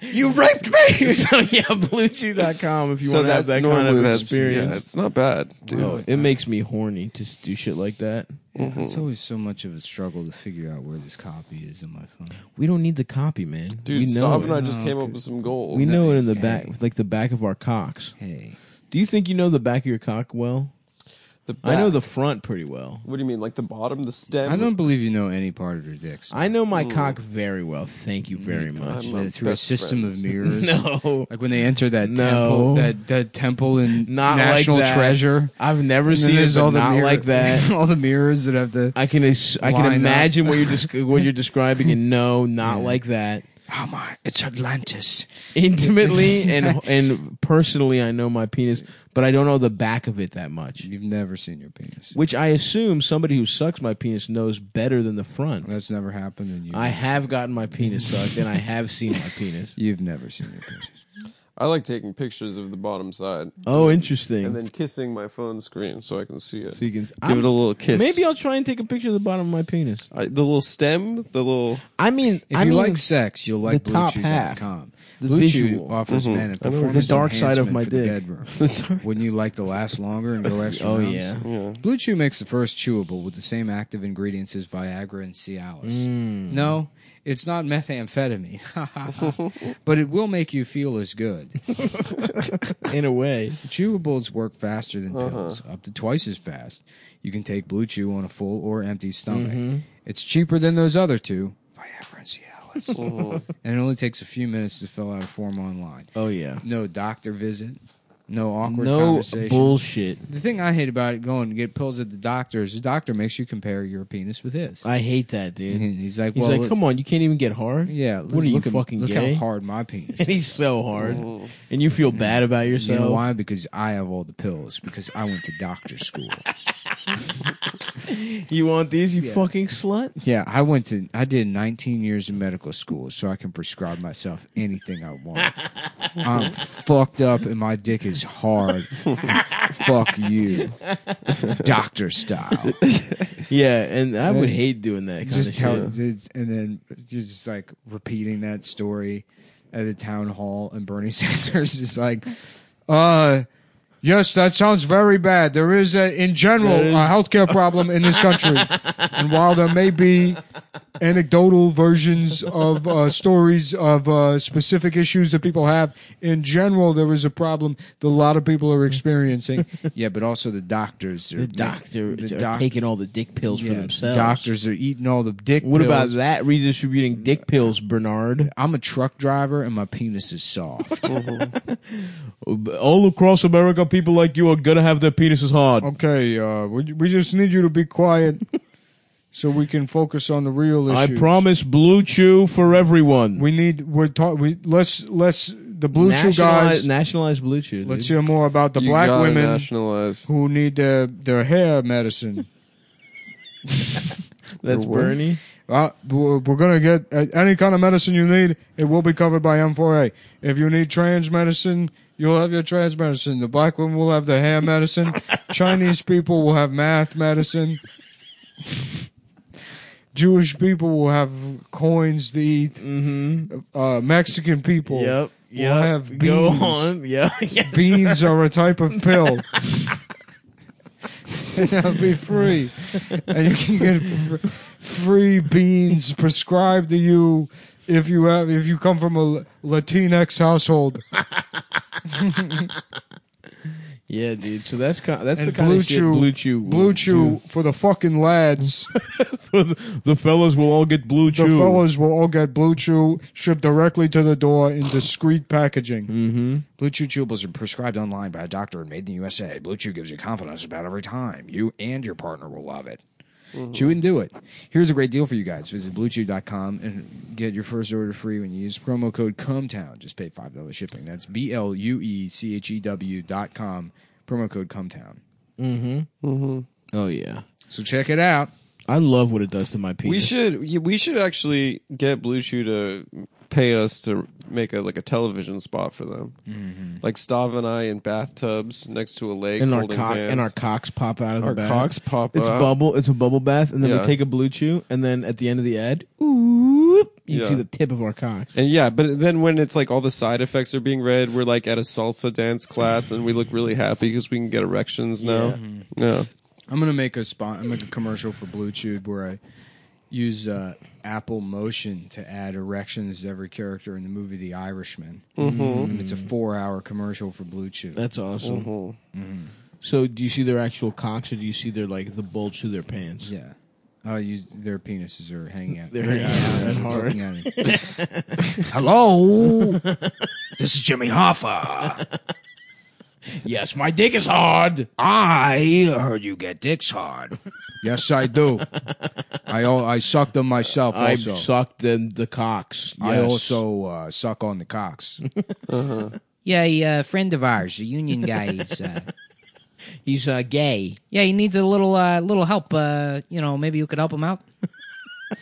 S3: You raped
S1: (laughs)
S3: me.
S1: so yeah, bluechew.com if you
S3: so
S1: want to have
S3: that's
S1: that
S3: normally
S1: kind of
S3: that's,
S1: experience. Oh,
S3: Yeah, it's not bad, dude.
S1: Bro, it makes me horny to s- do shit like that. Mm-hmm.
S2: It's always so much of a struggle to figure out where this copy is in my phone.
S1: We don't need the copy, man.
S3: Dude,
S1: we know it.
S3: Stav
S1: Oh,
S3: and I just came up with some gold.
S1: we know it in the
S2: Hey.
S1: back, like the back of our cocks.
S2: Hey,
S1: Do you think you know the back of your cock well?
S3: The
S1: I know
S3: back.
S1: the front pretty well.
S3: What do you mean, like the bottom, the stem?
S2: I don't believe you know any part of your dicks.
S1: I know my cock very well. Thank you
S3: Mm,
S1: very much.
S3: I'm
S2: Uh,
S3: a
S2: through a
S3: best
S2: system of
S3: friends.
S2: mirrors.
S1: (laughs) No,
S2: Like when they enter that
S1: No.
S2: temple, that, that temple in
S1: not
S2: National
S1: like that.
S2: Treasure.
S1: I've never
S2: And then
S1: seen it,
S2: there's all
S1: but
S2: the
S1: not
S2: mirror-
S1: like that.
S2: (laughs) all the mirrors that have the.
S1: I can as- I
S2: Line
S1: can
S2: up.
S1: imagine what you're desc-
S2: (laughs)
S1: what you're describing, and no, not like that.
S2: Oh my!
S1: (laughs)
S2: It's Atlantis.
S1: Intimately and and personally, I know my penis, but I don't know the back of it that much.
S2: You've never seen your penis.
S1: Which I assume somebody who sucks my penis knows better than the front.
S2: That's never happened, and you.
S1: I have gotten my penis sucked, and I have seen my penis.
S2: You've never seen your penis.
S3: I like taking pictures of the bottom side
S1: (laughs) Oh, interesting.
S3: and then kissing my phone screen so I can see it.
S1: so you can give
S3: it a little kiss.
S1: Maybe I'll try and take a picture of the bottom of my penis.
S3: I, the little stem, the little.
S1: I mean,
S2: If
S1: I
S2: you
S1: mean,
S2: like sex, you'll like
S1: the top half.
S2: BlueChew.com.
S1: The
S2: Blue Chew
S1: visual.
S2: offers men a
S3: I know
S2: performance
S1: Mm-hmm. the dark side of
S2: enhancement
S1: my
S2: for the
S1: dick. (laughs)
S2: bedroom. Wouldn't you like to last longer and go extra?
S1: oh
S2: rounds?
S1: yeah,
S3: Yeah.
S2: Blue Chew makes the first chewable with the same active ingredients as Viagra and Cialis.
S1: Mm.
S2: No, it's not
S1: (laughs)
S2: methamphetamine, (laughs) but it will make you feel as good.
S1: in a way.
S2: Chewables work faster than pills, up to twice as fast. You can take Blue Chew on a full or empty stomach.
S1: Mm-hmm.
S2: It's cheaper than those other two, Viagra and Cialis, and it only takes a few minutes to fill out a form online.
S1: Oh yeah,
S2: No doctor visit, no awkward
S1: no
S2: conversation.
S1: bullshit.
S2: the thing I hate about it going to get pills at the doctor is the doctor makes you compare your penis with his.
S1: I hate that, dude.
S2: And he's like,
S1: He's
S2: well,
S1: like, come on, you can't even get hard.
S2: yeah,
S1: what are you
S2: look at-
S1: fucking
S2: Look
S1: gay?
S2: how hard my
S1: (laughs) And
S2: penis. is.
S1: he's so hard, and you feel bad about
S2: You
S1: yourself.
S2: know why? Because I have all the pills. Because I went to doctor school.
S1: You want these, you
S2: Yeah.
S1: fucking (laughs) slut.
S2: Yeah, I went to I did 19 years in medical school, so I can prescribe myself anything I want. I'm fucked up and my dick is hard. Fuck you, doctor style.
S1: Yeah, and I would
S2: Yeah.
S1: hate doing that. Kind
S2: Just
S1: of
S2: tell
S1: shit.
S2: just- and then you're just like repeating that story at the town hall, and Bernie (laughs) Sanders is like, uh. Yes, that sounds very bad. There is, a, in general,
S1: That is-
S2: a healthcare problem in this
S1: (laughs)
S2: country. and while there may be anecdotal versions of uh, stories of uh, specific issues that people have, in general, there is a problem that a lot of people
S1: (laughs)
S2: are experiencing. yeah, but also the doctors. Are
S1: the doctor
S2: the
S1: are
S2: doc-
S1: taking all the dick pills
S2: yeah,
S1: for themselves.
S2: Doctors are eating all the dick.
S1: What about
S2: pills.
S1: that redistributing dick pills, Bernard?
S2: I'm a truck driver and my penis is (laughs) soft.
S1: All across America, people like you are gonna have their penises hard.
S2: okay, uh, we, we just need you to be quiet (laughs) so we can focus on the real
S1: I promise Blue Chew for everyone.
S2: We need we're talking. We, let's let's the blue chew
S1: nationalize,
S2: guys.
S1: nationalize Blue Chew. dude.
S2: Let's hear more about the
S3: You
S2: black
S3: gotta
S2: women
S3: Nationalize.
S2: who need their their hair medicine.
S1: That's Bernie.
S2: Uh, we're we're gonna get uh, any kind of medicine you need. It will be covered by M4A. If you need trans medicine, you'll have your trans medicine. The black women will have their hair medicine. Chinese people will have math medicine. Jewish people will have coins to eat. Mm-hmm. Uh, Mexican people.
S1: Yep.
S2: We'll
S1: Yep.
S2: have
S1: Go
S2: beans.
S1: on. (laughs) Yeah. yes.
S2: beans are a type of pill. (laughs) and I'll be free. And you can get fr- free beans prescribed to you if you have if you come from a L- Latinx household.
S1: Yeah, dude. So that's kind that's
S2: And
S1: the kind
S2: Blue
S1: of shit
S2: Chew-
S1: Blue Chew. will
S2: Blue Chew for the fucking lads.
S1: do. the, fellas will all get Blue
S2: The fellas will all get Blue Chew shipped directly to the door in discreet packaging.
S5: Blue Chew chewables are prescribed online by a doctor and made in the USA. Blue Chew gives you confidence about every time. You and your partner will love it.
S2: She wouldn't do it. Here's a great deal for you guys. Visit bluechew.com and get your first order free when you use promo code CUMTOWN. Just pay $5 shipping. That's B L U E C H E W dot com, promo code CUMTOWN.
S1: Oh yeah,
S2: So check it out.
S1: I love what it does to my penis.
S3: We should y- we should actually get Blue Chew to pay us to make a like a television spot for them, like Stav and I in bathtubs next to a lake,
S1: and our
S3: holding
S1: cock
S3: hands.
S1: and our cocks pop out of
S3: Our
S1: the bath.
S3: cocks pop
S1: It's
S3: out.
S1: bubble. It's a bubble bath, and then
S3: Yeah.
S1: we take a blue chew, and then at the end of the ad, oop, you
S3: Yeah.
S1: see the tip of our cocks.
S3: and yeah, but then when it's like all the side effects are being read, we're like at a salsa dance class, and we look really happy because we can get erections now. Yeah,
S2: I'm gonna make a spot. I'm make a commercial for Blue Tube where I use uh, Apple Motion to add erections to every character in the movie The Irishman. Mm-hmm. And it's a four-hour commercial for Blue Tube.
S1: That's awesome. Mm-hmm. So, do you see their actual cocks, or do you see their like the bulge through their pants?
S2: yeah. Oh, you, their penises are hanging out.
S1: (laughs) They're hanging out. That's hard.
S2: Looking at me.
S1: (laughs)
S2: Hello, this is Jimmy Hoffa.
S1: Yes, my dick is hard.
S2: I heard you get dicks hard. Yes, I do. I al- I suck them myself.
S1: I
S2: also.
S1: sucked them the cocks.
S2: I
S1: Yes.
S2: also uh, suck on the cocks. Yeah, a uh, friend of ours, a union guy. He's, uh,
S1: he's uh, gay.
S2: yeah, he needs a little uh, little help. Uh, you know, maybe you could help him out.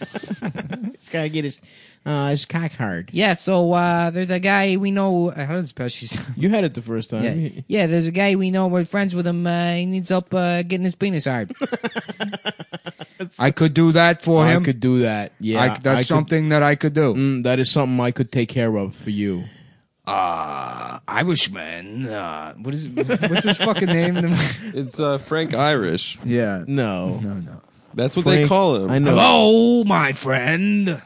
S1: He's gotta get his uh, his cock hard.
S2: Yeah, so uh, there's a guy we know. uh, How does Pesci sound?
S1: (laughs) You had it the first time.
S2: Yeah. yeah, there's a guy we know. We're friends with him. Uh, he needs help uh, getting his penis
S5: (laughs)
S2: hard. I could do that for
S1: I
S2: him.
S1: could do that. Yeah,
S2: I- that's
S1: I could-
S2: something that I could do.
S1: Mm, that is something I could take care of for you.
S5: Uh, Irishman. Uh,
S2: What is? What's his fucking name?
S5: (laughs)
S2: in the-
S3: it's uh, Frank Irish.
S2: yeah.
S1: No,
S2: No, no.
S3: That's what they
S1: Frank-
S3: call him.
S1: I know.
S5: hello, my friend.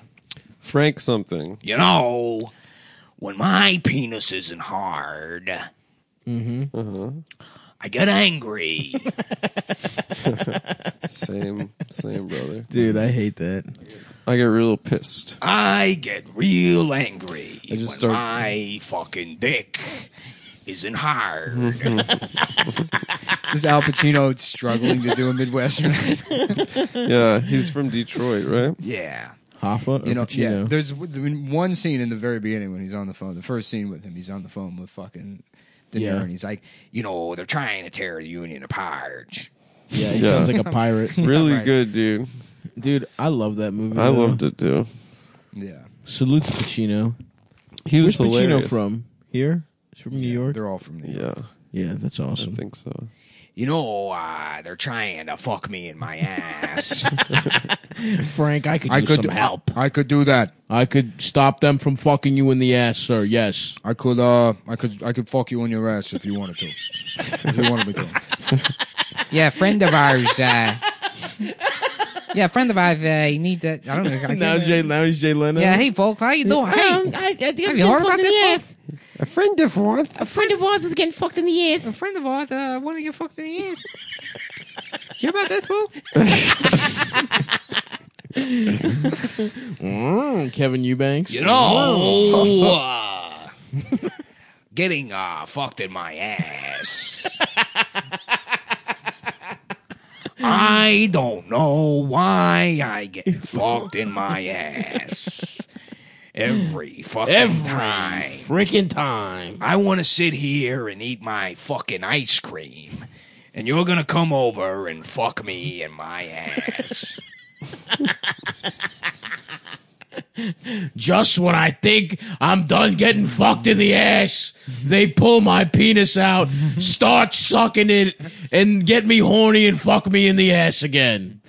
S3: Frank something.
S5: You know, when my penis isn't hard,
S2: Mm-hmm.
S5: I get angry.
S1: (laughs)
S3: Same, same brother.
S1: Dude, I hate that.
S3: I get real pissed.
S5: I get real angry
S3: I just start-
S5: when my fucking dick isn't hard.
S3: Mm-hmm.
S2: Just Al Pacino struggling to do a
S5: (laughs)
S2: Midwestern.
S3: Yeah, he's from Detroit, right?
S5: yeah.
S1: Hoffa or
S2: you know, yeah.
S1: Pacino?
S2: There's w- I mean, one scene in the very beginning when he's on the phone. The first scene with him, he's on the phone with fucking De Niro,
S1: Yeah.
S2: and he's like,
S5: You know, they're trying to tear the union apart.
S1: yeah, he
S3: Yeah.
S1: sounds (laughs) like a pirate.
S3: Really
S2: right.
S3: good, dude.
S1: Dude, I love that movie.
S3: I
S1: though.
S3: loved it too.
S2: "Yeah,
S1: Salute to Pacino.
S3: He
S1: Where's
S3: was
S1: Pacino
S3: hilarious.
S1: from? Here? He's from New York?
S2: they're all from New York."
S3: Yeah,
S1: Yeah, that's
S3: I
S1: awesome.
S3: think so.
S5: You know, uh, they're trying to fuck me in my ass.
S1: Frank, I could
S2: I
S1: use
S2: could
S1: some help.
S2: I could do that.
S1: I could stop them from fucking you in the ass, sir. Yes.
S2: I could. Uh, I could. I could fuck you on your ass if you wanted to. if you wanted me to.
S4: Yeah, a friend of ours. (laughs) Uh, yeah, a friend of ours. Uh, he needs a. I don't know. I can't-
S1: Jay, now he's Jay Leno.
S4: yeah, hey, folks, how you doing? Hey, have you heard about this? A friend of ours. A friend of ours is getting fucked in the ass. A friend of ours uh, want to get fucked in the (laughs) ass. you hear about this, folks?
S1: Mm, Kevin Eubanks.
S5: You know, uh, (laughs) getting uh, fucked in my ass. I don't know why I get fucked in my ass every fucking time.
S1: Freaking time.
S5: I want to sit here and eat my fucking ice cream, and you're gonna come over and fuck me in my ass.
S1: Just when I think I'm done getting fucked in the ass, they pull my penis out, start sucking it, and get me horny and fuck me in the ass again.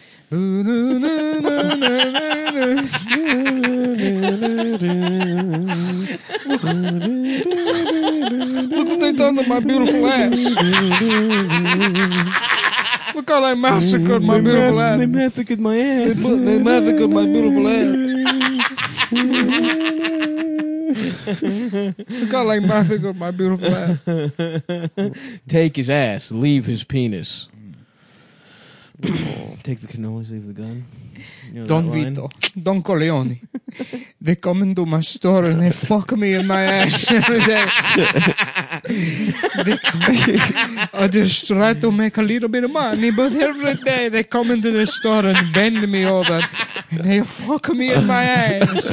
S3: Look what they done to my beautiful ass. Look how they massacred my beautiful ass.
S1: massacred my ass.
S3: They massacred my beautiful ass. Look how they massacred my beautiful ass.
S1: Take his ass, leave his
S3: (clears throat)
S1: penis. Take the cannolis, leave the gun. You know that line?
S2: Don Vito, Don Corleone, They come into my store and they fuck me in my ass every day. They come- I just try to make a little bit of money, but every day they come into the store and bend me over and they fuck me in my ass.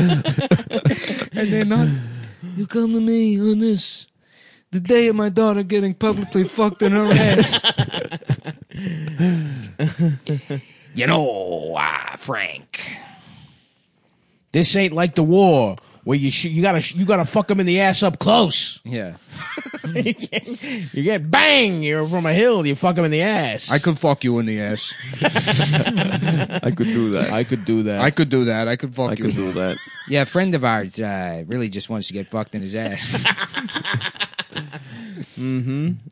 S2: and they're not. You come to me on this. The day of my daughter getting publicly fucked in her ass.
S5: You know, uh, Frank.
S7: This ain't like the war where you sh- you gotta sh- you gotta fuck them in the ass up close.
S2: Yeah.
S7: You get bang, you're from a hill, you fuck them in the ass.
S2: I could fuck you in the ass.
S3: (laughs) I could do that.
S1: I could do that.
S2: I could do that. I could fuck
S3: I
S2: you.
S3: could do that.
S2: (laughs) Yeah, a friend of ours uh, really just wants to get fucked in his ass.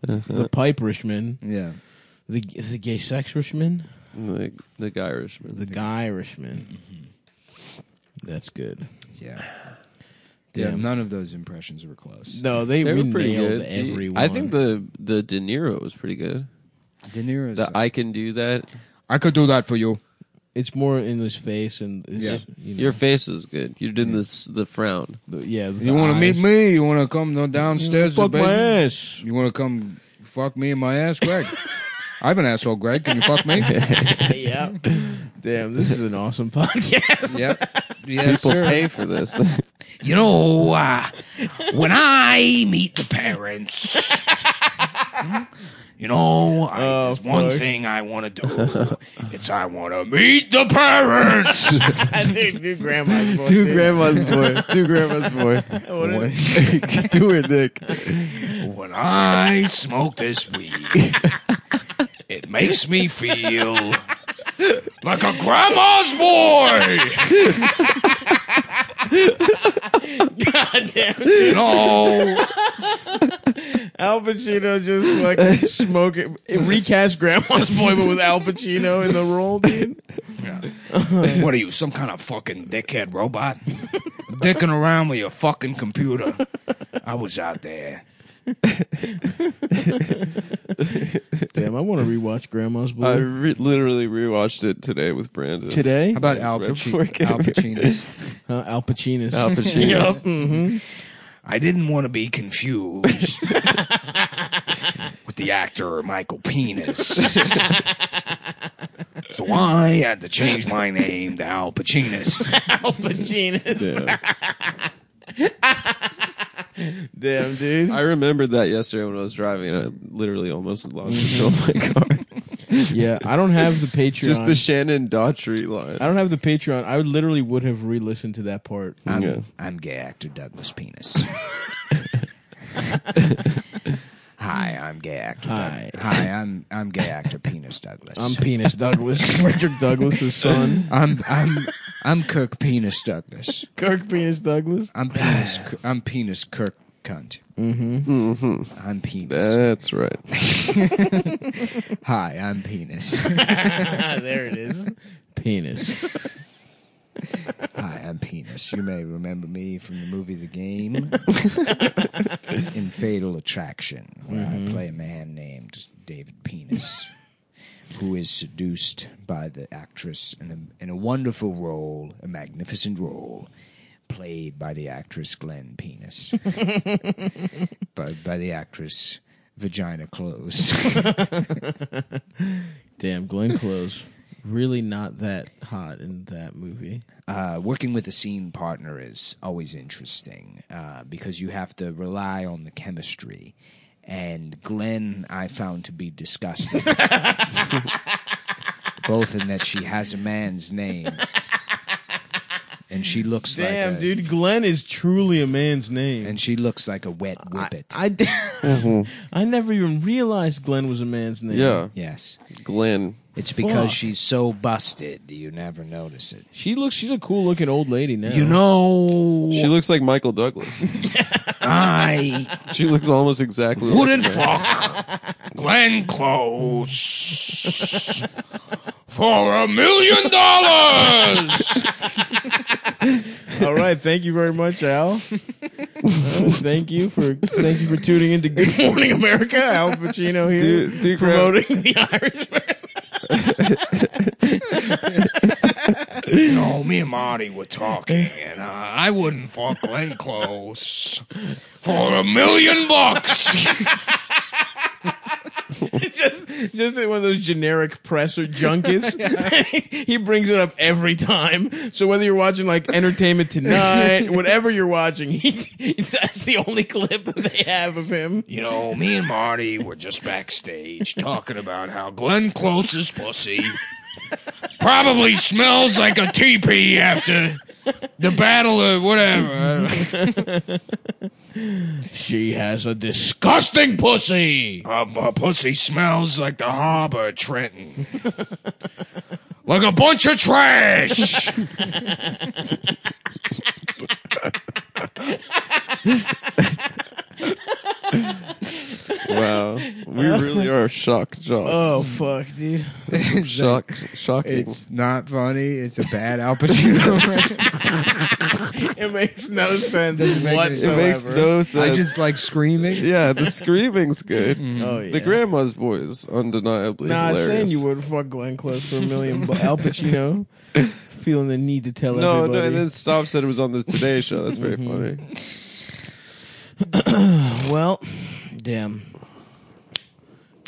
S1: the pipe Richman,
S2: yeah.
S1: the the gay sex Richman,
S3: The, the guy Irishman.
S1: the guy Richman.
S2: Mm-hmm.
S1: That's good.
S2: Yeah.
S1: Damn.
S2: Yeah, none of those impressions were close.
S1: No, they,
S3: They
S1: we
S3: were pretty
S1: nailed
S3: good. The-
S1: everyone.
S3: I think the the De Niro was pretty good.
S2: De Niro's.
S3: The I can do that.
S2: I could do that for you.
S1: it's more in his face and it's,
S2: Yeah.
S1: you know,
S3: Your face was good. You did the the frown.
S1: the- yeah.
S2: You want to meet me? You want to come no- downstairs? to the
S1: Fuck my
S2: basement?
S1: ass. (laughs)
S2: You want to come fuck me in my ass, Greg? I have an asshole, Greg. Can you fuck me?
S1: yeah. Damn, this is an awesome (laughs) podcast.
S2: yep. Yes,
S3: People
S2: sir.
S3: pay
S1: (laughs)
S3: for this.
S5: You know, uh, when I meet the parents, hmm, you know, I, there's one thing I want to do. It's I want to meet the parents.
S1: Dude, grandma's boy.
S3: Two grandma's boy. Two grandma's
S1: (laughs)
S3: boy. do it, Nick.
S5: when I smoke this weed, it makes me feel like a grandma's boy.
S1: Goddamn.
S5: You know,
S1: Al Pacino just fucking smoke it. Recast Grandma's Boy, but with Al Pacino in the role, dude.
S5: what are you, some kind of fucking dickhead
S1: (laughs)
S5: robot? Dicking around with your fucking computer. I was out there.
S1: Damn, I want to rewatch Grandma's Boy.
S3: I re- literally rewatched it today with Brandon.
S1: Today?
S2: How about Al,
S3: Right
S2: Paci-
S3: before I came
S2: Al Pacino's?
S1: Huh, Al Pacino's. (laughs)
S3: Al Pacino.
S1: Mm-hmm.
S5: I didn't want to be confused (laughs) with the actor Michael
S1: (laughs)
S5: Penis. so I had to change my name to Al Pacinus.
S1: Al Pacino's. Damn, dude.
S3: I remembered that yesterday when I was driving, and I literally
S1: (laughs)
S3: almost lost control of my car.
S1: Yeah, I don't have the Patreon.
S3: Just the Shannon Daughtry line.
S1: I don't have the Patreon. I literally would have re-listened to that part.
S5: I'm,
S3: Yeah.
S5: I'm gay actor
S1: (laughs)
S5: Douglas Penis. Hi, I'm gay actor.
S1: Hi.
S5: Doug- Hi, I'm I'm gay actor Penis Douglas.
S1: I'm Penis Douglas, (laughs) Frederick Douglas's son.
S2: I'm I'm I'm Kirk Penis Douglas.
S1: Kirk Penis (laughs) Douglas.
S2: I'm penis. I'm penis Kirk cunt. Mm-hmm. mm-hmm. I'm penis.
S3: That's right.
S2: Hi, I'm penis. (laughs)
S1: there it is. Penis.
S2: Hi, I'm Penis. You may remember me from the movie The Game in Fatal Attraction, where I play a man named David Penis, who is seduced by the actress in a, in a wonderful role, a magnificent role, played by the actress Glenn Penis, by, by the actress Vagina Close.
S1: Damn, Glenn Close. Really not that hot in that movie.
S2: uh, working with a scene partner is always interesting uh, because you have to rely on the chemistry. And Glenn, I found to be disgusting, (laughs) both in that she has a man's name and she looks
S1: Damn,
S2: like a,
S1: dude, Glenn is truly a man's name.
S2: and she looks like a wet whippet.
S1: I, (laughs) I never even realized Glenn was a man's name.
S3: Yeah,
S2: yes,
S3: Glenn.
S2: it's because
S1: Fuck.
S2: she's so busted you never notice it.
S1: She looks she's a cool looking old lady now. (laughs)
S5: you know,
S3: She looks like Michael Douglas.
S5: I
S3: she looks almost exactly. like
S5: wouldn't fuck Glenn Close for a million dollars.
S1: All right, thank you very much, (laughs) Al. Uh, thank you for thank you for tuning into Good
S5: (laughs)
S1: Morning America. Al Pacino here
S3: Dude, dude,
S1: promoting the Irishman.
S5: you know, me and Marty were talking, and uh, I wouldn't fuck Glenn Close for a million bucks.
S1: just just one of those generic presser
S3: (laughs)
S1: junkets. (laughs) he brings it up every time. So whether you're watching like Entertainment
S3: (laughs)
S1: Tonight, whatever you're watching, he, (laughs) that's the only clip that they have of him.
S5: You know, me and Marty were just backstage talking about how Glenn Close's pussy probably smells like a teepee after the battle of whatever.
S1: She has a disgusting pussy.
S5: Uh, my pussy smells like the harbor of Trenton. (laughs) like a bunch of trash. (laughs)
S3: Wow,
S1: (laughs)
S3: we really are shock jocks.
S1: Oh fuck, dude. (laughs)
S3: (laughs) shock, shocking.
S2: It's not funny. It's a bad Al Pacino. (laughs)
S1: It makes no sense
S2: Doesn't make any-
S3: It
S1: whatsoever.
S3: makes no sense.
S2: I just like screaming.
S3: yeah, the screaming's good.
S1: oh, yeah.
S3: The grandma's voice, undeniably
S1: Nah,
S3: hilarious.
S1: saying you would fuck Glenn Close for a million. bu- Al
S3: (laughs)
S1: Pacino feeling the need to tell
S3: No, no,
S1: everybody.
S3: and then Stop said it was on the Today Show. That's very
S1: Mm-hmm.
S3: funny.
S1: Well, damn.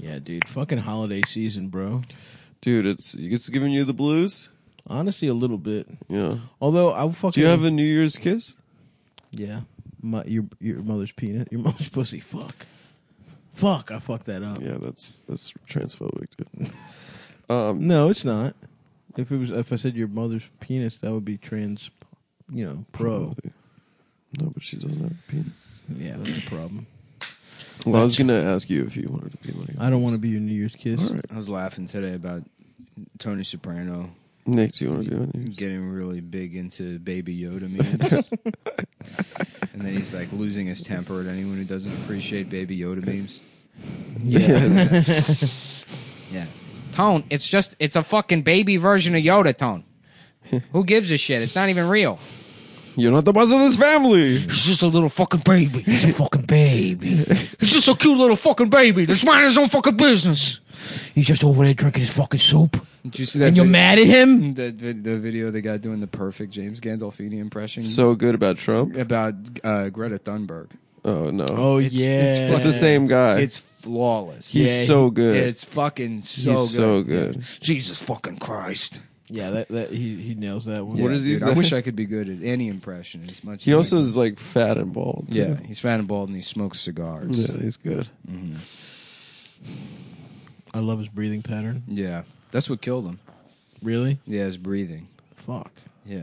S1: Yeah, dude. Fucking holiday season, bro.
S3: Dude, it's it's giving you the blues.
S1: Honestly, a little bit.
S3: Yeah.
S1: Although I fucking.
S3: Do you have a New Year's kiss?
S1: Yeah. My, your your mother's peanut. Your (laughs) mother's pussy. Fuck. Fuck. I fucked that up.
S3: Yeah, that's that's transphobic,
S1: (laughs)
S3: dude.
S1: No, it's not. If it was, if I said your mother's penis, that would be trans. You know, pro.
S3: Um, No, but she doesn't have a penis.
S1: Yeah, that's a problem.
S3: Well, I was gonna ask you if you wanted to be like
S1: I don't want to be your New Year's kiss.
S3: All right.
S2: I was laughing today about Tony Soprano
S3: Nick. Do you want to do any?
S2: getting really big into Baby Yoda
S3: (laughs)
S2: memes. and then he's like losing his temper at anyone who doesn't appreciate Baby Yoda memes.
S3: Yeah. (laughs)
S2: Yeah. Tone, it's just, it's a fucking baby version of Yoda tone. Who gives a shit? It's not even real.
S3: You're not the boss of this family.
S1: Mm-hmm.
S5: He's just a little fucking baby. He's a fucking baby. He's just a cute little fucking baby that's minding his own fucking business. He's just over there drinking his fucking soup.
S2: Did you see that?
S5: And you're mad at him?
S2: The, the, the video of the guy doing the perfect James Gandolfini impression
S3: So good about Trump.
S2: about uh, Greta Thunberg.
S3: Oh no.
S1: Oh
S2: It's-
S1: yeah,
S2: it's
S3: it's the same guy.
S2: It's flawless.
S3: he's
S1: yeah,
S3: so good.
S2: It's fucking so
S3: Uh, he's
S2: good.
S3: so good.
S5: Jesus fucking Christ.
S1: yeah. That, that he he nails that one.
S3: What is he
S2: dude, I
S3: say?
S2: wish I could be good at any impression. It's much.
S3: He also is like fat and bald. too.
S2: yeah, he's fat and bald and he smokes cigars.
S3: Yeah, he's good.
S1: I love his breathing pattern.
S2: Yeah, that's what killed him.
S1: Really?
S2: Yeah, his breathing.
S1: Fuck.
S2: Yeah.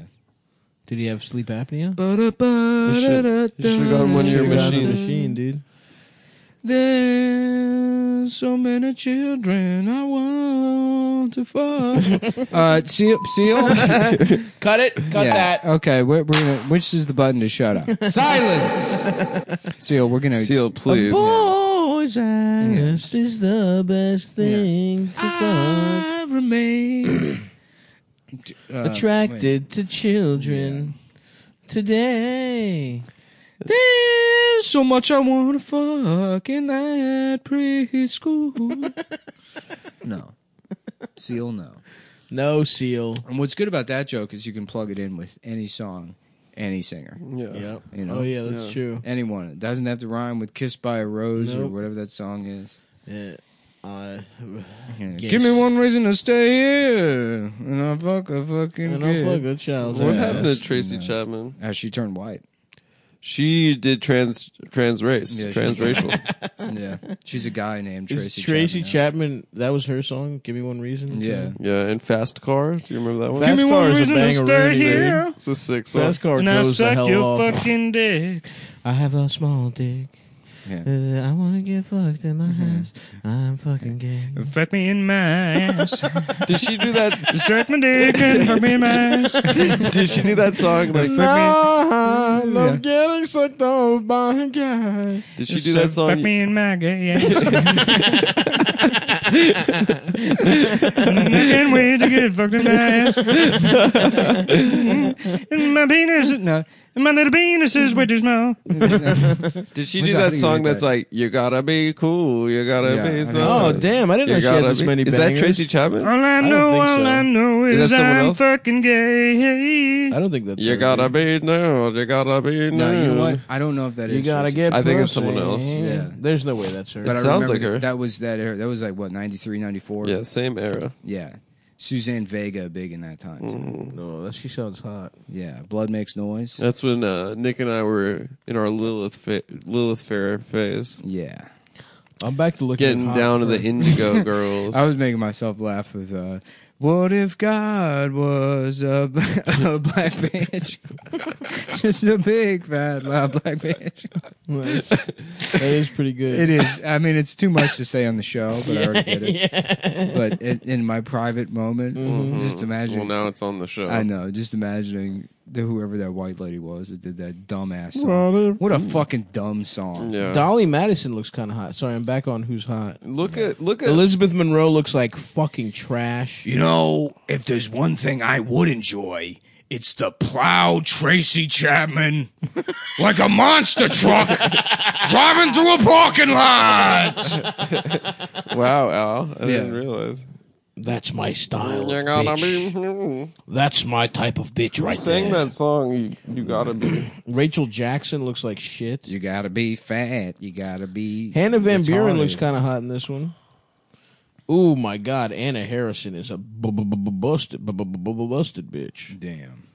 S1: Did he have sleep apnea?
S3: You should have gotten one of your
S1: Should've gotten the
S3: machines.
S1: machine, dude.
S2: There's so many children I want to fuck. (laughs) uh, seal,
S3: (laughs)
S2: seal.
S1: Cut it. Cut
S2: Yeah. Okay, we're, we're gonna, which is the button to shut up?
S3: (laughs)
S2: Silence. Seal, we're gonna
S3: Seal, please.
S1: Boys, this is the best thing to
S2: I
S3: (clears throat)
S2: remain uh,
S1: fuck. Attracted to children today.
S2: There's so much I want to fuck in that preschool. (laughs) no. Seal, no.
S1: No seal.
S2: And what's good about that joke is you can plug it in with any song, any singer,
S3: Yeah.
S2: You know?
S1: Oh yeah, that's true.
S2: anyone. It doesn't have to rhyme with "Kissed by a Rose" or
S1: Nope.
S2: whatever that song is.
S1: Yeah. Uh,
S2: You know,
S1: Yes.
S2: Give me one reason to stay here, and I will fuck a fucking
S1: and
S2: kid.
S1: I'll Uh, fuck a child's
S3: What
S1: ass.
S3: happened to Tracy Chapman?
S2: Uh, she turned
S1: (laughs)
S2: white.
S3: She did trans trans race,
S2: Yeah, she-
S3: transracial.
S1: (laughs)
S2: Yeah, she's a guy named
S1: Is
S2: Tracy.
S1: Tracy
S2: Chapman.
S1: Chapman. That was her song. Give me one reason.
S2: Yeah.
S3: yeah, and Fast Car. Do you remember that one?
S1: Fast Car is a banger.
S3: It's a sick song.
S1: Fast Car goes the hell off.
S5: fucking dick.
S1: I have a small dick.
S2: Yeah.
S1: Uh, I want to get fucked in my house. I'm fucking gay.
S5: Fuck me in my ass.
S3: Did
S1: (laughs)
S3: she do that? (laughs)
S5: Strike my dick and fuck me in my ass.
S3: Did she do that song? Like,
S5: No,
S1: I love getting sucked off by a guy.
S3: Did she do that
S5: Fuck
S3: song?
S5: me in my gay ass. Can't wait to get fucked in
S3: (laughs)
S5: my ass. and my penis, no, and my little penis is way too small.
S3: Did she
S2: When's
S3: do
S2: that
S3: that
S2: thing
S3: song
S2: that-
S3: that's like you gotta be cool, you gotta
S2: Yeah, I
S3: be
S2: think
S3: smart.
S1: Oh, damn. I didn't know
S3: You
S1: she had
S3: gotta
S1: this
S3: be-
S1: many
S3: Is that
S1: bangers.
S3: Tracy
S5: All
S3: Chapman?
S5: I know,
S1: think
S5: all
S1: so.
S5: I know
S3: Is that
S5: is
S3: someone
S5: I'm
S3: else?
S5: fucking gay.
S1: I don't think that's
S3: You
S1: her,
S3: gotta
S1: dude.
S3: be new, you gotta be new.
S2: No, you know what? I don't know if that is.
S1: You gotta
S2: Tracy
S1: get.
S3: I think it's
S1: pussy.
S3: someone else.
S2: Yeah.
S1: There's no way that's her.
S2: But I
S3: sounds
S2: remember
S3: like her.
S2: That was that era. That was like what 93, 94?
S3: Yeah, same era.
S2: Yeah. Suzanne Vega big in that time. too.
S3: Mm-hmm.
S1: no, that she sounds hot.
S2: Yeah. Blood makes noise.
S3: That's when uh, Nick and I were in our Lilith fa- Lilith Fair phase,
S2: Yeah.
S1: I'm back to looking.
S3: getting
S1: at
S3: down to
S1: hot
S3: the
S1: for-
S3: Indigo
S2: (laughs)
S3: Girls.
S2: I was making myself laugh with uh what if God was a, (laughs) b- a black bitch? (laughs) Just a big fat loud black bitch.
S1: Nice. (laughs) that is pretty good.
S2: It is. I mean, it's too much to say on the show, but I already did it. (laughs) But in, in my private moment, just imagine.
S3: well, now it's on the show.
S2: I know. Just imagining the, whoever that white lady was that did that dumbass song.
S1: What if-
S2: What a fucking dumb song.
S3: Yeah.
S1: Uh, Dolly Madison looks kind of hot. Sorry, I'm back on who's hot.
S3: look at look
S2: (laughs)
S3: at
S1: Elizabeth Monroe looks like fucking trash.
S5: You know, if there's one thing I would enjoy, it's to plow Tracy (laughs) Chapman like a monster truck driving through a parking lot.
S3: wow, Al. I didn't
S2: Yeah.
S3: realize.
S5: That's my style.
S3: You gotta be.
S5: That's my type of bitch
S3: (laughs)
S5: right
S3: Sing that song. You, you gotta be.
S1: Rachel Jackson looks like shit.
S2: You gotta be fat. You gotta be.
S1: Hannah Van Buren
S2: retarded.
S1: looks kind of hot in this one. Oh my God, Anna Harrison is a bu- bu- bu- bu- busted, bu- bu- bu- bu- bu- busted bitch.
S2: Damn.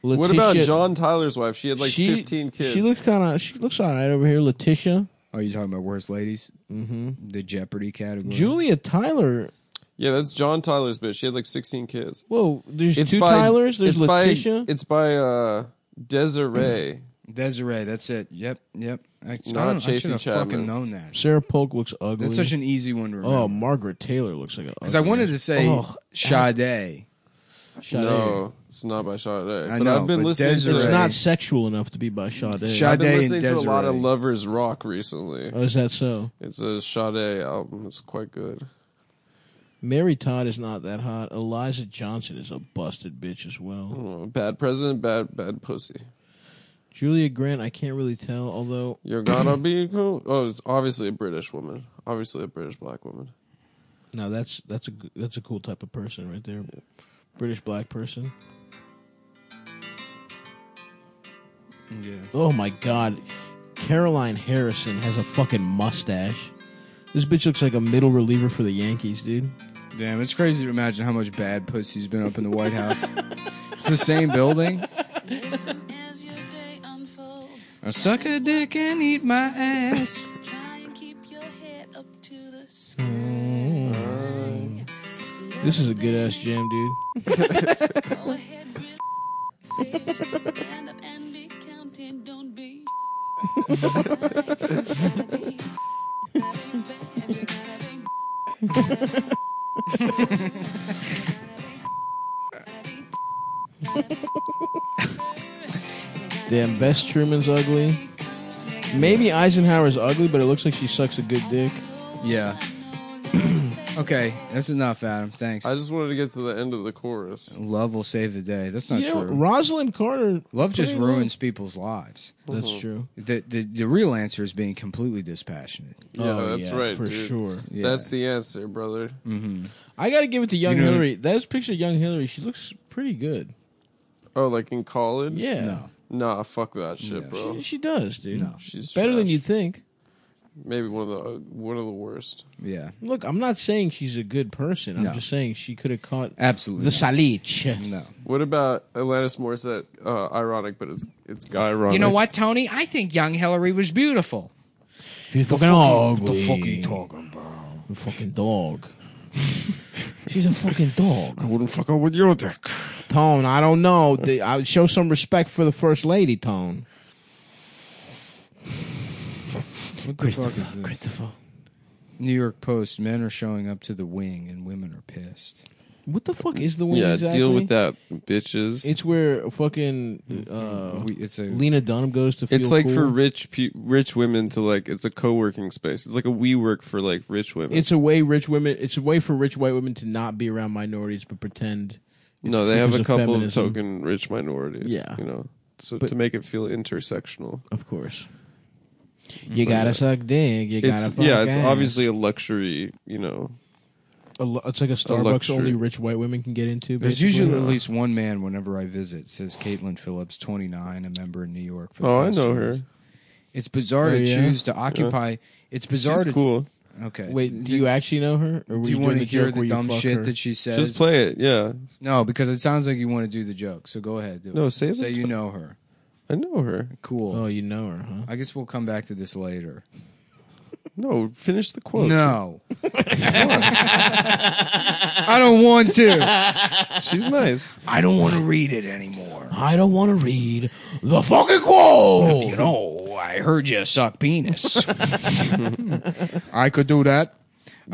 S3: What about
S1: Letitia-
S3: John Tyler's wife? She had like
S1: She-
S3: 15 kids.
S1: She looks kind of, she looks all right over here. Letitia,
S2: Are you talking about worst ladies? Mm-hmm. The Jeopardy category.
S1: Julia Tyler.
S3: yeah, that's John Tyler's bitch. She had like 16 kids.
S1: Whoa, there's two Tylers. There's
S3: it's
S1: Letitia.
S3: By, it's by uh, Desiree.
S2: Desiree. That's it. Yep. Yep. I, I,
S3: Not
S2: don't- I
S3: Tracy
S2: should have
S3: Chapman.
S2: fucking known that.
S1: Sarah Polk looks ugly.
S2: That's such an easy one to remember.
S1: oh, Margaret Taylor looks like a.
S2: Because I wanted to say
S1: Oh,
S2: Sade.
S1: (clears throat) Sade.
S3: No, it's not by Sade.
S2: I
S3: but
S2: know,
S3: I've been
S2: but
S3: listening
S2: Desiree-
S3: to
S1: It's
S2: Right.
S1: not sexual enough to be by Sade.
S2: Sade
S3: I've been
S2: and
S3: listening to a lot of
S2: Desiree.
S3: Lovers Rock recently.
S1: Oh, is that so?
S3: It's a Sade album. It's quite good.
S1: Mary Todd is not that hot. Eliza Johnson is a busted bitch as well.
S3: Oh, bad president, bad bad pussy.
S1: Julia Grant, I can't really tell, although
S3: You're gonna be cool. Oh, it's obviously a British woman. Obviously a British black woman.
S1: no, that's that's a g- that's a cool type of person right there. British black person.
S2: Yeah.
S1: Oh my god. Caroline Harrison has a fucking mustache. This bitch looks like a middle reliever for the Yankees, dude.
S2: Damn, it's crazy to imagine how much bad pussy's been up in the White
S1: (laughs)
S2: House. it's the same building.
S8: Listen as your day unfolds.
S2: I suck a dick and eat my ass.
S8: Try and keep your head up to
S3: Mm.
S8: the sky.
S1: This is a good ass jam, dude.
S8: Go ahead, real fix. Stand up and be counting. Don't be. Gotta be. Gotta be bad. You gotta be.
S1: Damn, Bess Truman's ugly. Maybe Eisenhower's ugly, but it looks like she sucks a good dick.
S2: Yeah. (clears throat) okay, that's enough, Adam. Thanks.
S3: I just wanted to get to the end of the chorus.
S2: Love will save the day. That's not
S1: you know,
S2: true.
S1: Rosalind Carter.
S2: Love just Mm-hmm.
S1: pretty-
S2: ruins people's lives.
S1: That's true.
S2: The, the the real answer is being completely dispassionate.
S3: Yeah,
S1: Oh,
S3: that's
S1: yeah,
S3: right,
S1: for
S3: dude.
S1: sure.
S2: Yeah.
S3: That's the answer, brother.
S1: I gotta give it to Young
S2: You know-
S1: Hillary. That picture of Young Hillary, she looks pretty good.
S3: Oh, like in college?
S1: Yeah,
S3: Nah, fuck that shit,
S2: Yeah.
S3: bro.
S1: she, she does, dude.
S2: No.
S3: She's
S1: better than
S3: trash.
S1: you'd think.
S3: Maybe one of the uh, one of the worst.
S2: yeah,
S1: Look, I'm not saying she's a good person. I'm
S2: No.
S1: just saying she could have caught
S2: absolutely.
S1: the
S2: not.
S1: salich.
S2: No.
S3: What about Alanis Morissette? Uh, ironic, but it's it's guy ironic.
S2: You know what, Tony? I think young Hillary was beautiful.
S1: She's fucking dog. The
S5: talking about?
S1: fucking dog. (laughs) she's a fucking dog.
S3: Wouldn't fuck up with your dick.
S1: Tone, I don't know. The- I would show some respect for the first lady, Tone. Christopher, Christopher.
S2: New York Post: Men are showing up to the wing, and women are pissed.
S1: What the fuck is the wing
S3: Yeah,
S1: exactly?
S3: deal with that, bitches. It's,
S1: It's where fucking uh,
S2: We- it's a
S1: Lena Dunham goes to. Feel
S3: like for
S1: cool.
S3: rich pe- rich women to like. It's a co-working space. It's like a we work for like rich women.
S1: It's a way rich women. It's a way for rich white women to not be around minorities but pretend.
S3: no, they have a
S1: because of
S3: couple
S1: feminism.
S3: of token rich minorities.
S1: Yeah.
S3: you know, so
S1: But-
S3: to make it feel intersectional.
S1: Of course, you gotta suck dick. You gotta.
S3: It's
S1: fuck
S3: yeah, it's
S1: ass.
S3: obviously a luxury. You know,
S1: A lu- it's like a Starbucks
S3: luxury.
S1: only rich white women can get into.
S2: There's
S1: basically. uh,
S2: usually at least one man whenever I visit. Says Caitlin Phillips, 29, a member in New York. For the
S3: Oh, I
S2: past
S3: know
S2: two
S3: her.
S2: years. It's bizarre
S1: Oh,
S2: to
S1: yeah?
S2: choose to occupy. It's bizarre
S3: she's
S2: to
S3: cool.
S2: okay.
S1: Wait, do you actually know her? Or were
S2: do
S1: you
S2: you want to
S1: doing
S2: hear
S1: joke
S2: the
S1: where you
S2: dumb
S1: fuck
S2: shit
S1: her?
S2: that she says?
S3: Just play it. Yeah,
S2: no, because it sounds like you want to do the joke. So go ahead. Do it.
S3: No, say the
S2: say you
S3: joke.
S2: know her.
S3: I know her.
S2: Cool.
S1: Oh, you know her, huh?
S2: I guess we'll come back to this later.
S3: No, finish the quote.
S2: No. I don't want to. (laughs)
S3: she's nice.
S5: I don't want to read it anymore.
S1: I don't want to read the fucking quote.
S5: You know, I heard you suck penis.
S2: I could do that.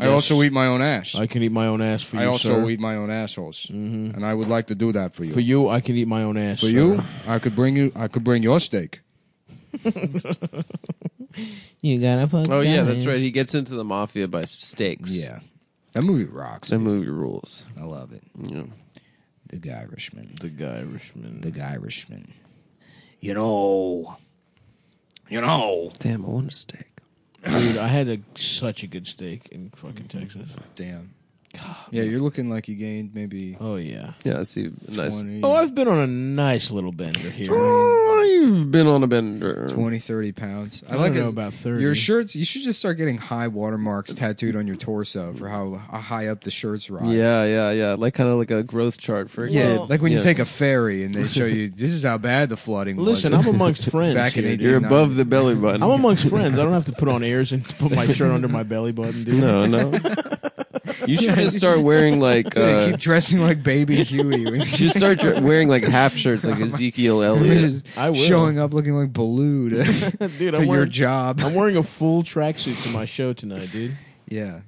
S2: I also eat my own ass.
S1: I can eat my own ass for you.
S2: I also
S1: sir.
S2: eat my own assholes, and I would like to do that Mm-hmm. for you.
S1: for you. I can eat my own ass
S2: For you, I could bring you. I could bring your steak.
S1: You gotta fuck.
S3: Oh yeah, that's right. He gets into the mafia by stakes.
S2: that movie rocks.
S3: that movie rules.
S2: I love it.
S3: Yeah.
S2: The Irishman.
S1: The guy Irishman.
S2: The Irishman.
S5: you know, you know.
S3: Damn, I want a steak.
S1: Dude, I had a, such a good steak in fucking Texas.
S2: Damn. yeah, you're looking like you gained maybe
S1: Oh yeah.
S3: Yeah, I see. Nice.
S2: 20,
S1: Oh, I've been on a nice little bender here.
S3: Oh, you've been on a bender.
S2: 20, 30 pounds. I,
S1: I
S2: like
S1: don't know
S2: it.
S1: about 30.
S2: Your shirts. You should just start getting high watermarks tattooed on your torso for how high up the shirts ride.
S3: Yeah, yeah, yeah. Like kind of like a growth chart for a
S2: Yeah,
S3: kid.
S2: like when you
S3: Yeah.
S2: take a ferry and they show you this is how bad the flooding
S1: (laughs)
S2: was.
S1: Listen, I'm (laughs) amongst friends.
S2: Back in
S1: here, dude.
S3: You're above the belly button.
S1: I'm amongst friends. I don't have to put on airs and put my shirt under my belly button, dude.
S2: (laughs)
S3: no, no. You should just start wearing like.
S2: (laughs) They
S3: Uh,
S2: keep dressing like Baby Huey.
S3: (laughs)
S2: when
S3: you should
S2: (laughs)
S3: start dr- wearing like half shirts, like Ezekiel
S2: You're
S3: Elliott.
S2: just
S1: I will.
S2: showing up looking like Baloo
S3: (laughs)
S2: to,
S1: dude.
S2: to
S1: I'm
S2: your
S1: wearing,
S2: job.
S1: I'm wearing a full tracksuit to my show tonight, dude.
S2: (laughs) yeah.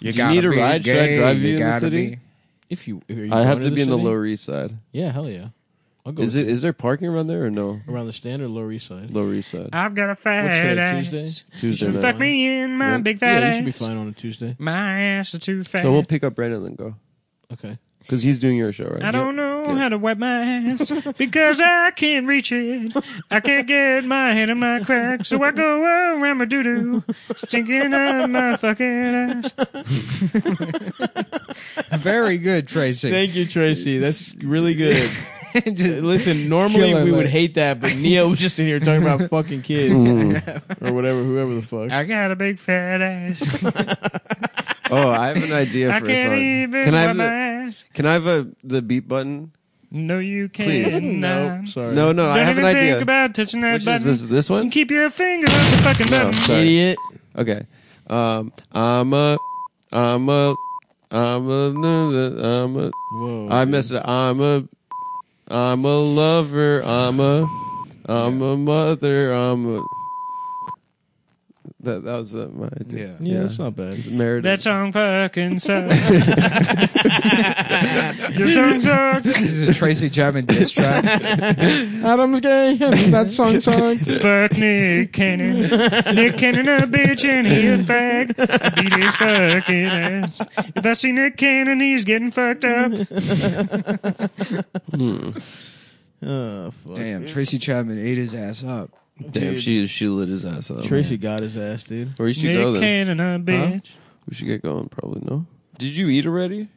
S3: You Do you need a ride? Should I drive you, in the city?
S1: If you, are you
S3: I have
S1: going
S3: to be in the
S1: city?
S3: Lower East Side.
S1: Yeah, hell yeah. I'll go
S3: Is it? Is there parking around there or no?
S1: around the standard Lower East Side.
S3: Lower East Side.
S5: I've got a
S1: What's
S5: fat
S1: today,
S5: ass.
S1: Tuesday?
S3: Tuesday
S1: should
S3: night.
S5: Fuck me in my
S3: Yeah.
S5: big fat
S1: Yeah, you
S5: ass.
S1: should be fine on a Tuesday.
S5: My ass is too fat.
S3: So
S5: (laughs)
S3: we'll pick up Brandon and then go
S1: Okay.
S3: because he's doing your show, right? (laughs)
S5: I don't know how to wipe my ass (laughs) because I can't reach it. I can't get my head in my crack, so I go around my doo doo, stinking up my fucking ass.
S2: Very good,
S3: (laughs)
S2: Tracy.
S1: Thank you, Tracy. That's really (laughs) good. Uh,
S2: Just-
S1: Listen, normally
S2: Killer
S1: we would
S2: lick.
S1: hate that, but Neo was just in here talking (laughs) about fucking kids
S3: Mm.
S5: (laughs)
S1: or whatever, whoever the fuck.
S5: I got a big fat ass.
S3: Oh, I have an idea
S5: I
S3: for a
S5: can't
S3: song.
S5: even
S3: Can I
S5: wipe
S3: have
S5: my
S3: the,
S5: ass.
S3: Can I have a, the beat button?
S5: No, you
S3: Please.
S5: can't.
S1: no, sorry.
S3: No, no,
S5: Don't
S3: I have
S5: even
S3: an
S5: think
S3: idea.
S5: about touching that
S3: Which is
S5: button.
S3: this? This one?
S5: Keep your finger on the fucking
S3: No,
S5: button.
S3: sorry. (laughs)
S1: idiot.
S3: Okay. Um, I'm a, I'm a, I'm a, I'm a,
S1: Whoa.
S3: I messed it. up. I'm a, I'm a lover. I'm a, I'm a mother. I'm a. That that was the, my idea.
S2: yeah.
S1: yeah, that's not bad.
S3: Meredith.
S5: That song fucking sucks. Your song sucks.
S2: This is a Tracy Chapman diss track. (laughs)
S1: Adam's gay. that song sucked.
S5: Fuck Nick Cannon. Nick Cannon a bitch and he a fag. Beat his fucking ass. If I see Nick Cannon, he's getting fucked up.
S1: Oh, fuck.
S2: Damn, Tracy Chapman ate his ass up.
S3: Damn, she she lit his ass up.
S1: Tracy got his ass, dude.
S3: Or you should go
S5: Nick
S3: then.
S5: Cannon a bitch.
S3: We should get going probably. No. Did you eat already?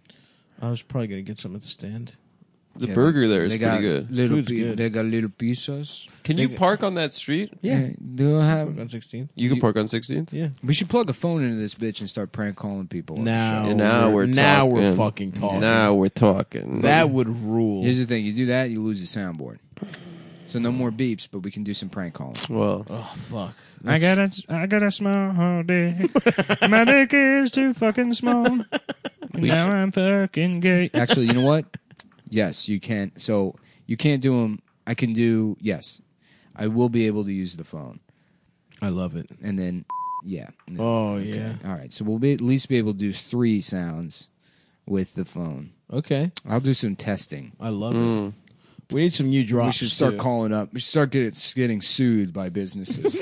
S1: I was probably gonna get some at the stand.
S3: The
S2: Yeah,
S3: burger there is
S2: they
S3: pretty
S2: got
S3: good.
S2: Little
S1: Food's
S2: pi-
S1: good.
S2: They got little pizzas.
S3: Can you park on that street?
S2: Yeah. Do you have?
S1: On 16th.
S3: You can park on 16th.
S1: Yeah.
S2: We should plug a phone into this bitch and start prank calling people. on the show.
S1: Now,
S3: And now we're
S1: now we're fucking
S3: talking.
S1: talking.
S3: Now we're talking.
S1: That would rule.
S2: Here's the thing: you do that, you lose the soundboard. So no more beeps, but we can do some prank calling.
S3: well,
S1: oh fuck.
S5: I got a, I got a small dick. My dick is too fucking small. And now I'm fucking gay.
S2: Actually, you know what? Yes, you can. So you can't do them. I can do. Yes, I will be able to use the phone,
S1: I love it.
S2: and then yeah. and then-
S1: Oh
S2: okay.
S1: yeah.
S2: All right. So we'll be, at least be able to do three sounds with the phone.
S1: Okay.
S2: I'll do some testing.
S1: I love it. Mm. We need some new drops.
S2: We should start
S1: too.
S2: calling up. We should start getting, getting sued by businesses.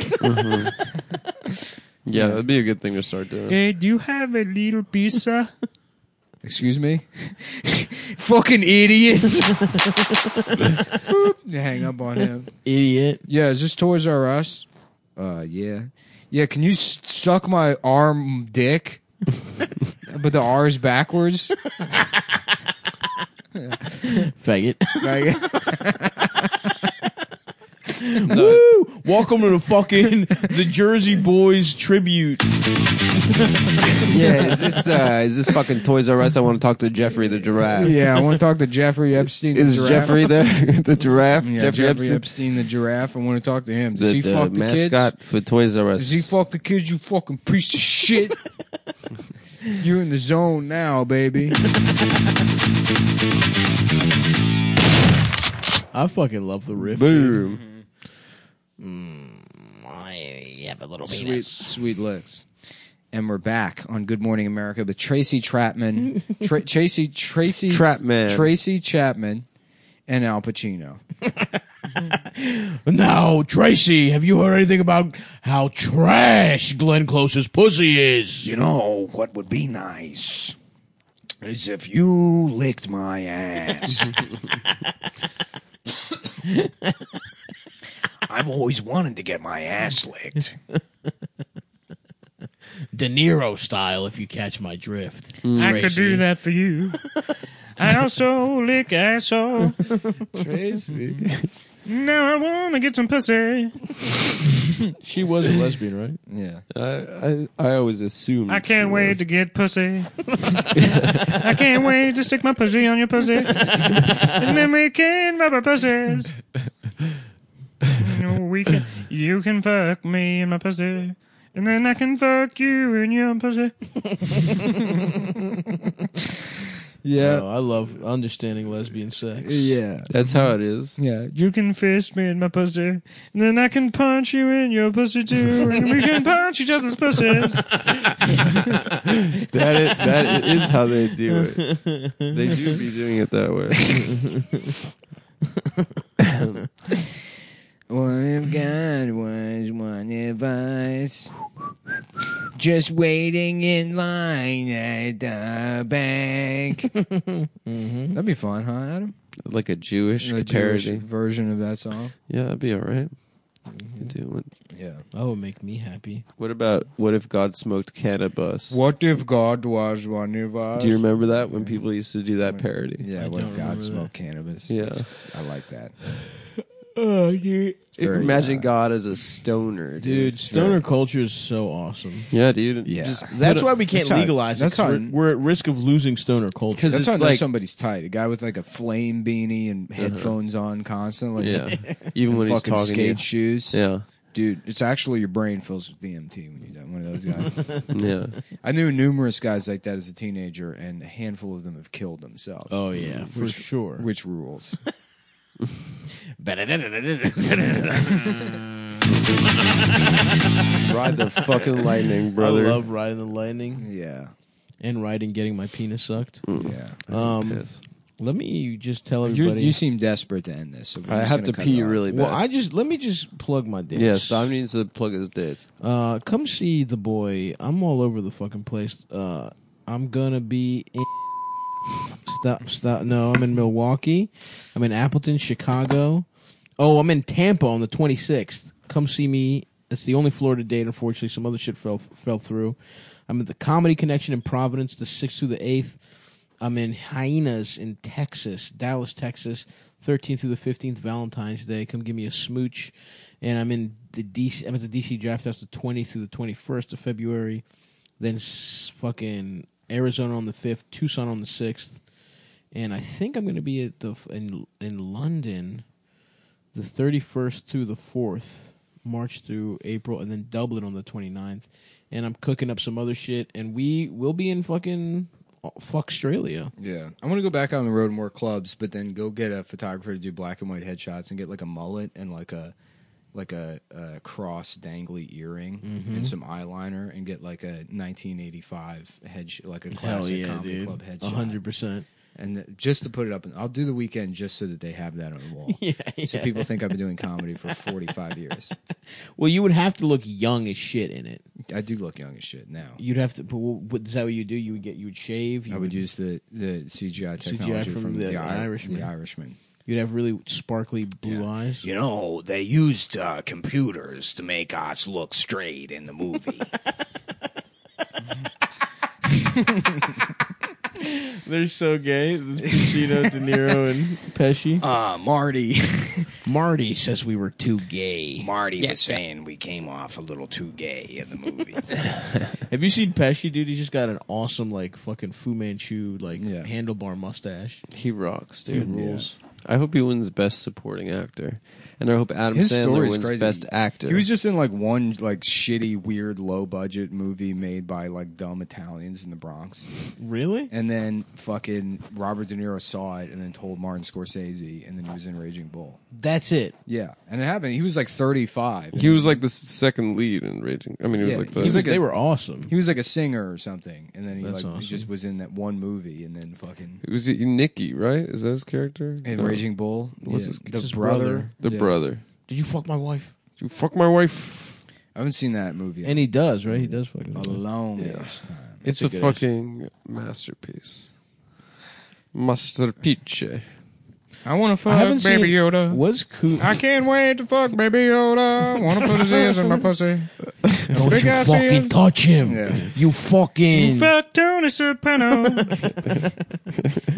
S3: Yeah, that'd be a good thing to start doing.
S5: Hey, do you have a little pizza?
S2: Excuse me? (laughs) Fucking idiots. Boop. (laughs) You hang up on him.
S1: idiot.
S2: Yeah, is this Toys R Us? Uh, yeah. Yeah, can you s- suck my arm (laughs) dick? but the R's backwards?
S1: (laughs)
S6: Faggot.
S2: Like, (laughs)
S1: Woo! Welcome to the fucking the Jersey Boys tribute.
S3: Yeah, is this uh, is this fucking Toys R Us? I want to talk to Jeffrey the giraffe.
S2: yeah, I want to talk to Jeffrey Epstein. the
S3: Is
S2: giraffe.
S3: Jeffrey the (laughs) the giraffe?
S2: Yeah, Jeffrey, Epstein. the giraffe. I want to talk to him. Does
S3: the,
S2: he
S3: the
S2: fuck the
S3: mascot
S2: kids?
S3: for Toys R Us.
S2: Does he fuck the kids? You fucking piece of shit. You're in the zone now, baby.
S1: I fucking love the riff.
S3: Boom.
S4: I have a little
S2: sweet, sweet licks. And we're back on Good Morning America with Tracy Chapman, Tra- Tracy Tracy
S3: Trapman.
S2: Tracy Chapman, and Al Pacino.
S1: Now, Tracy, have you heard anything about how trash Glenn Close's pussy is?
S5: You know what would be nice is if you licked my ass. I've always wanted to get my ass licked.
S1: De Niro style, if you catch my drift.
S5: I could
S3: (laughs)
S5: do that for you. I also lick asshole.
S1: Tracy.
S5: Now I wanna get some pussy.
S1: She was a lesbian, (laughs) right?
S2: Yeah,
S3: I, I I always assumed.
S5: I can't wait to get pussy. I can't wait to stick my pussy on your pussy. And then we can rub our pussies. No, We can, you can fuck me in my pussy. And then I can fuck you in your pussy.
S2: yeah,
S1: I love understanding lesbian sex.
S2: yeah,
S3: That's how it is.
S2: yeah.
S5: You can fist me in my pussy. And then I can punch you in your pussy too. And we can punch each other's pussies.
S3: That is, that is how they do it. (laughs) They do be doing it that way.
S2: What if God was one of us? Just waiting in line at the (laughs) bank. That'd be fun, huh, Adam?
S3: (laughs) Like a Jewish
S2: A
S3: parody.
S2: Jewish version of that song.
S3: Yeah, that'd be all right. Could do it.
S2: Yeah.
S1: That would make me happy.
S3: What about what if God smoked cannabis?
S2: What if God was one of us?
S3: Do you remember that when people used to do that parody?
S2: Yeah, what if God smoked cannabis?
S3: Yeah.
S2: It's- I like that.
S1: Oh, dude.
S2: very,
S3: Imagine
S2: uh,
S3: God as a stoner, dude.
S1: Dude, stoner culture is so awesome.
S3: Yeah, dude.
S2: Yeah.
S3: (laughs) Just
S1: That's
S3: put
S1: why we can't
S2: that's how-
S1: legalize it.
S2: that's
S1: 'cause
S2: how-
S1: we're, we're at risk of losing stoner culture.
S3: 'Cause
S2: That's how I
S3: it's
S2: know
S3: like-
S2: somebody's tight. A guy with like a flame beanie and headphones on constantly.
S3: Uh-huh.
S2: (laughs)
S3: Yeah. Even when he's
S2: fucking
S3: talking. to
S2: skate
S3: you.
S2: shoes.
S3: Yeah.
S2: Dude, it's actually your brain fills with DMT when you're done. One of those
S1: (laughs)
S2: guys.
S3: Yeah.
S2: I knew numerous guys like that as a teenager, and a handful of them have killed themselves.
S1: (laughs) Oh, yeah, for sure.
S2: Which rules?
S3: (laughs)
S2: (laughs)
S3: Ride the fucking lightning, brother.
S1: I love riding the lightning
S2: yeah.
S1: and riding getting my penis sucked.
S4: Mm.
S2: Yeah.
S1: Um,
S3: Yes.
S1: let me just tell
S2: You
S1: everybody.
S2: you seem desperate to end this. So we're
S3: I
S2: just
S3: have
S2: gonna
S3: to
S2: cut
S3: pee
S2: it off.
S3: really bad.
S1: well, I just let me just plug my dick.
S3: yeah, Sam needs to plug his dates.
S1: Uh, come see the boy. I'm all over the fucking place. Uh, I'm gonna be in. Stop, stop. No, I'm in Milwaukee. I'm in Appleton, Chicago. Oh, I'm in Tampa on the 26th. Come see me. It's the only Florida date, unfortunately. Some other shit fell fell through. I'm at the Comedy Connection in Providence, the 6th through the 8th. I'm in Hyenas in Texas, Dallas, Texas, 13th through the 15th, Valentine's Day. Come give me a smooch. And I'm in the DC. I'm at the DC Draft House the 20th through the 21st of February. Then s- fucking Arizona on the 5th, Tucson on the 6th, and I think I'm going to be at the f- in in London the 31st through the 4th, March through April, and then Dublin on the 29th. And I'm cooking up some other shit, and we will be in fucking uh, fuck Australia.
S2: Yeah. I want to go back on the road and work clubs, but then go get a photographer to do black and white headshots and get like a mullet and like a like a, a cross dangly earring and some eyeliner and get like a 1985 head like a classic comedy club headshot.
S1: 100%.
S2: and th- just to put it up. I'll do the weekend just so that they have that on the wall.
S1: Yeah,
S2: So people think I've been doing comedy for 45 years.
S1: Well, you would have to look young as shit in it.
S2: I do look young as shit now.
S1: You'd have to. But what, what, is that what you do? You would get. You would shave. You
S2: I would use the, the CGI technology
S1: from
S2: from,
S1: the
S2: the, Ir-
S1: Irishman.
S2: The Irishman.
S1: You'd have really sparkly blue eyes.
S5: You know, they used uh, computers to make us look straight in the movie.
S1: They're so gay. Pacino, De Niro, (laughs) and Pesci.
S5: (laughs) Uh, Marty.
S1: Marty says we were too gay.
S5: Marty was saying we came off a little too gay in the movie.
S1: Have you seen Pesci, dude? He's just got an awesome, like, fucking Fu Manchu, like,
S2: Yeah.
S1: handlebar mustache.
S3: He rocks, dude.
S1: rules.
S3: I hope he wins Best Supporting Actor, and I hope Adam
S2: His
S3: Sandler
S2: story is
S3: wins
S2: crazy.
S3: Best Actor.
S2: He was just in like one like shitty, weird, low budget movie made by like dumb Italians in the Bronx.
S1: Really?
S2: And then fucking Robert De Niro saw it and then told Martin Scorsese, and then he was in Raging Bull.
S1: That's it.
S2: Yeah, and it happened. He was like 35.
S3: he was like the s- second lead in Raging. I mean, he
S2: Yeah,
S3: was like
S2: he
S3: the
S2: was like
S1: they
S2: a-
S1: were awesome.
S2: He was like a singer or something, and then he
S1: That's
S2: like
S1: awesome.
S2: he just was in that one movie, and then fucking
S3: It was uh, Nicky, right? Is that his character?
S2: and
S3: No.
S2: Raging Bull.
S3: What's
S2: yeah,
S3: his-
S2: the
S1: his
S2: brother?
S1: brother.
S3: The
S2: Yeah.
S3: brother.
S1: Did you fuck my wife?
S3: You fuck my wife.
S2: I haven't seen that movie.
S1: And he does, right? He does fucking.
S2: a long ass time.
S3: It's, a, fucking masterpiece.
S2: (laughs)
S3: Masterpiece.
S2: I want to fuck
S1: I haven't seen.
S2: Baby Yoda.
S1: What's cool?
S2: I can't wait to fuck Baby Yoda. Want to put his ears in my pussy?
S1: Don't
S2: Big
S1: you
S2: ass
S1: fucking
S2: ears.
S1: touch him.
S2: Yeah.
S1: You fucking.
S5: Fuck Tony Soprano.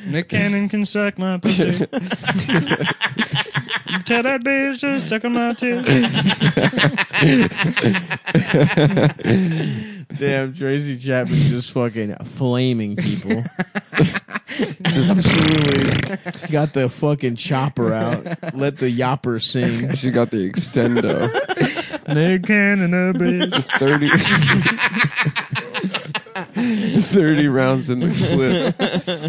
S2: Nick
S5: Cannon can suck my pussy. Tell that bitch to suck on my tits.
S1: Damn, Tracy Chapman just fucking flaming (laughs) people. just absolutely got the fucking chopper out. Let the yopper sing.
S3: She got the extendo.
S5: Nick Cannon, a bitch.
S3: (laughs) 30, 30 rounds in the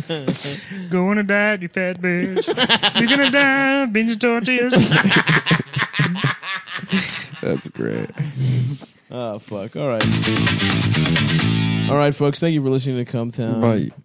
S3: clip.
S5: Gonna die, you fat bitch. You're gonna die, of beans and tortillas.
S3: That's great.
S1: Ah, Oh fuck! All right, all right, folks. Thank you for listening to Cumtown.
S3: Bye.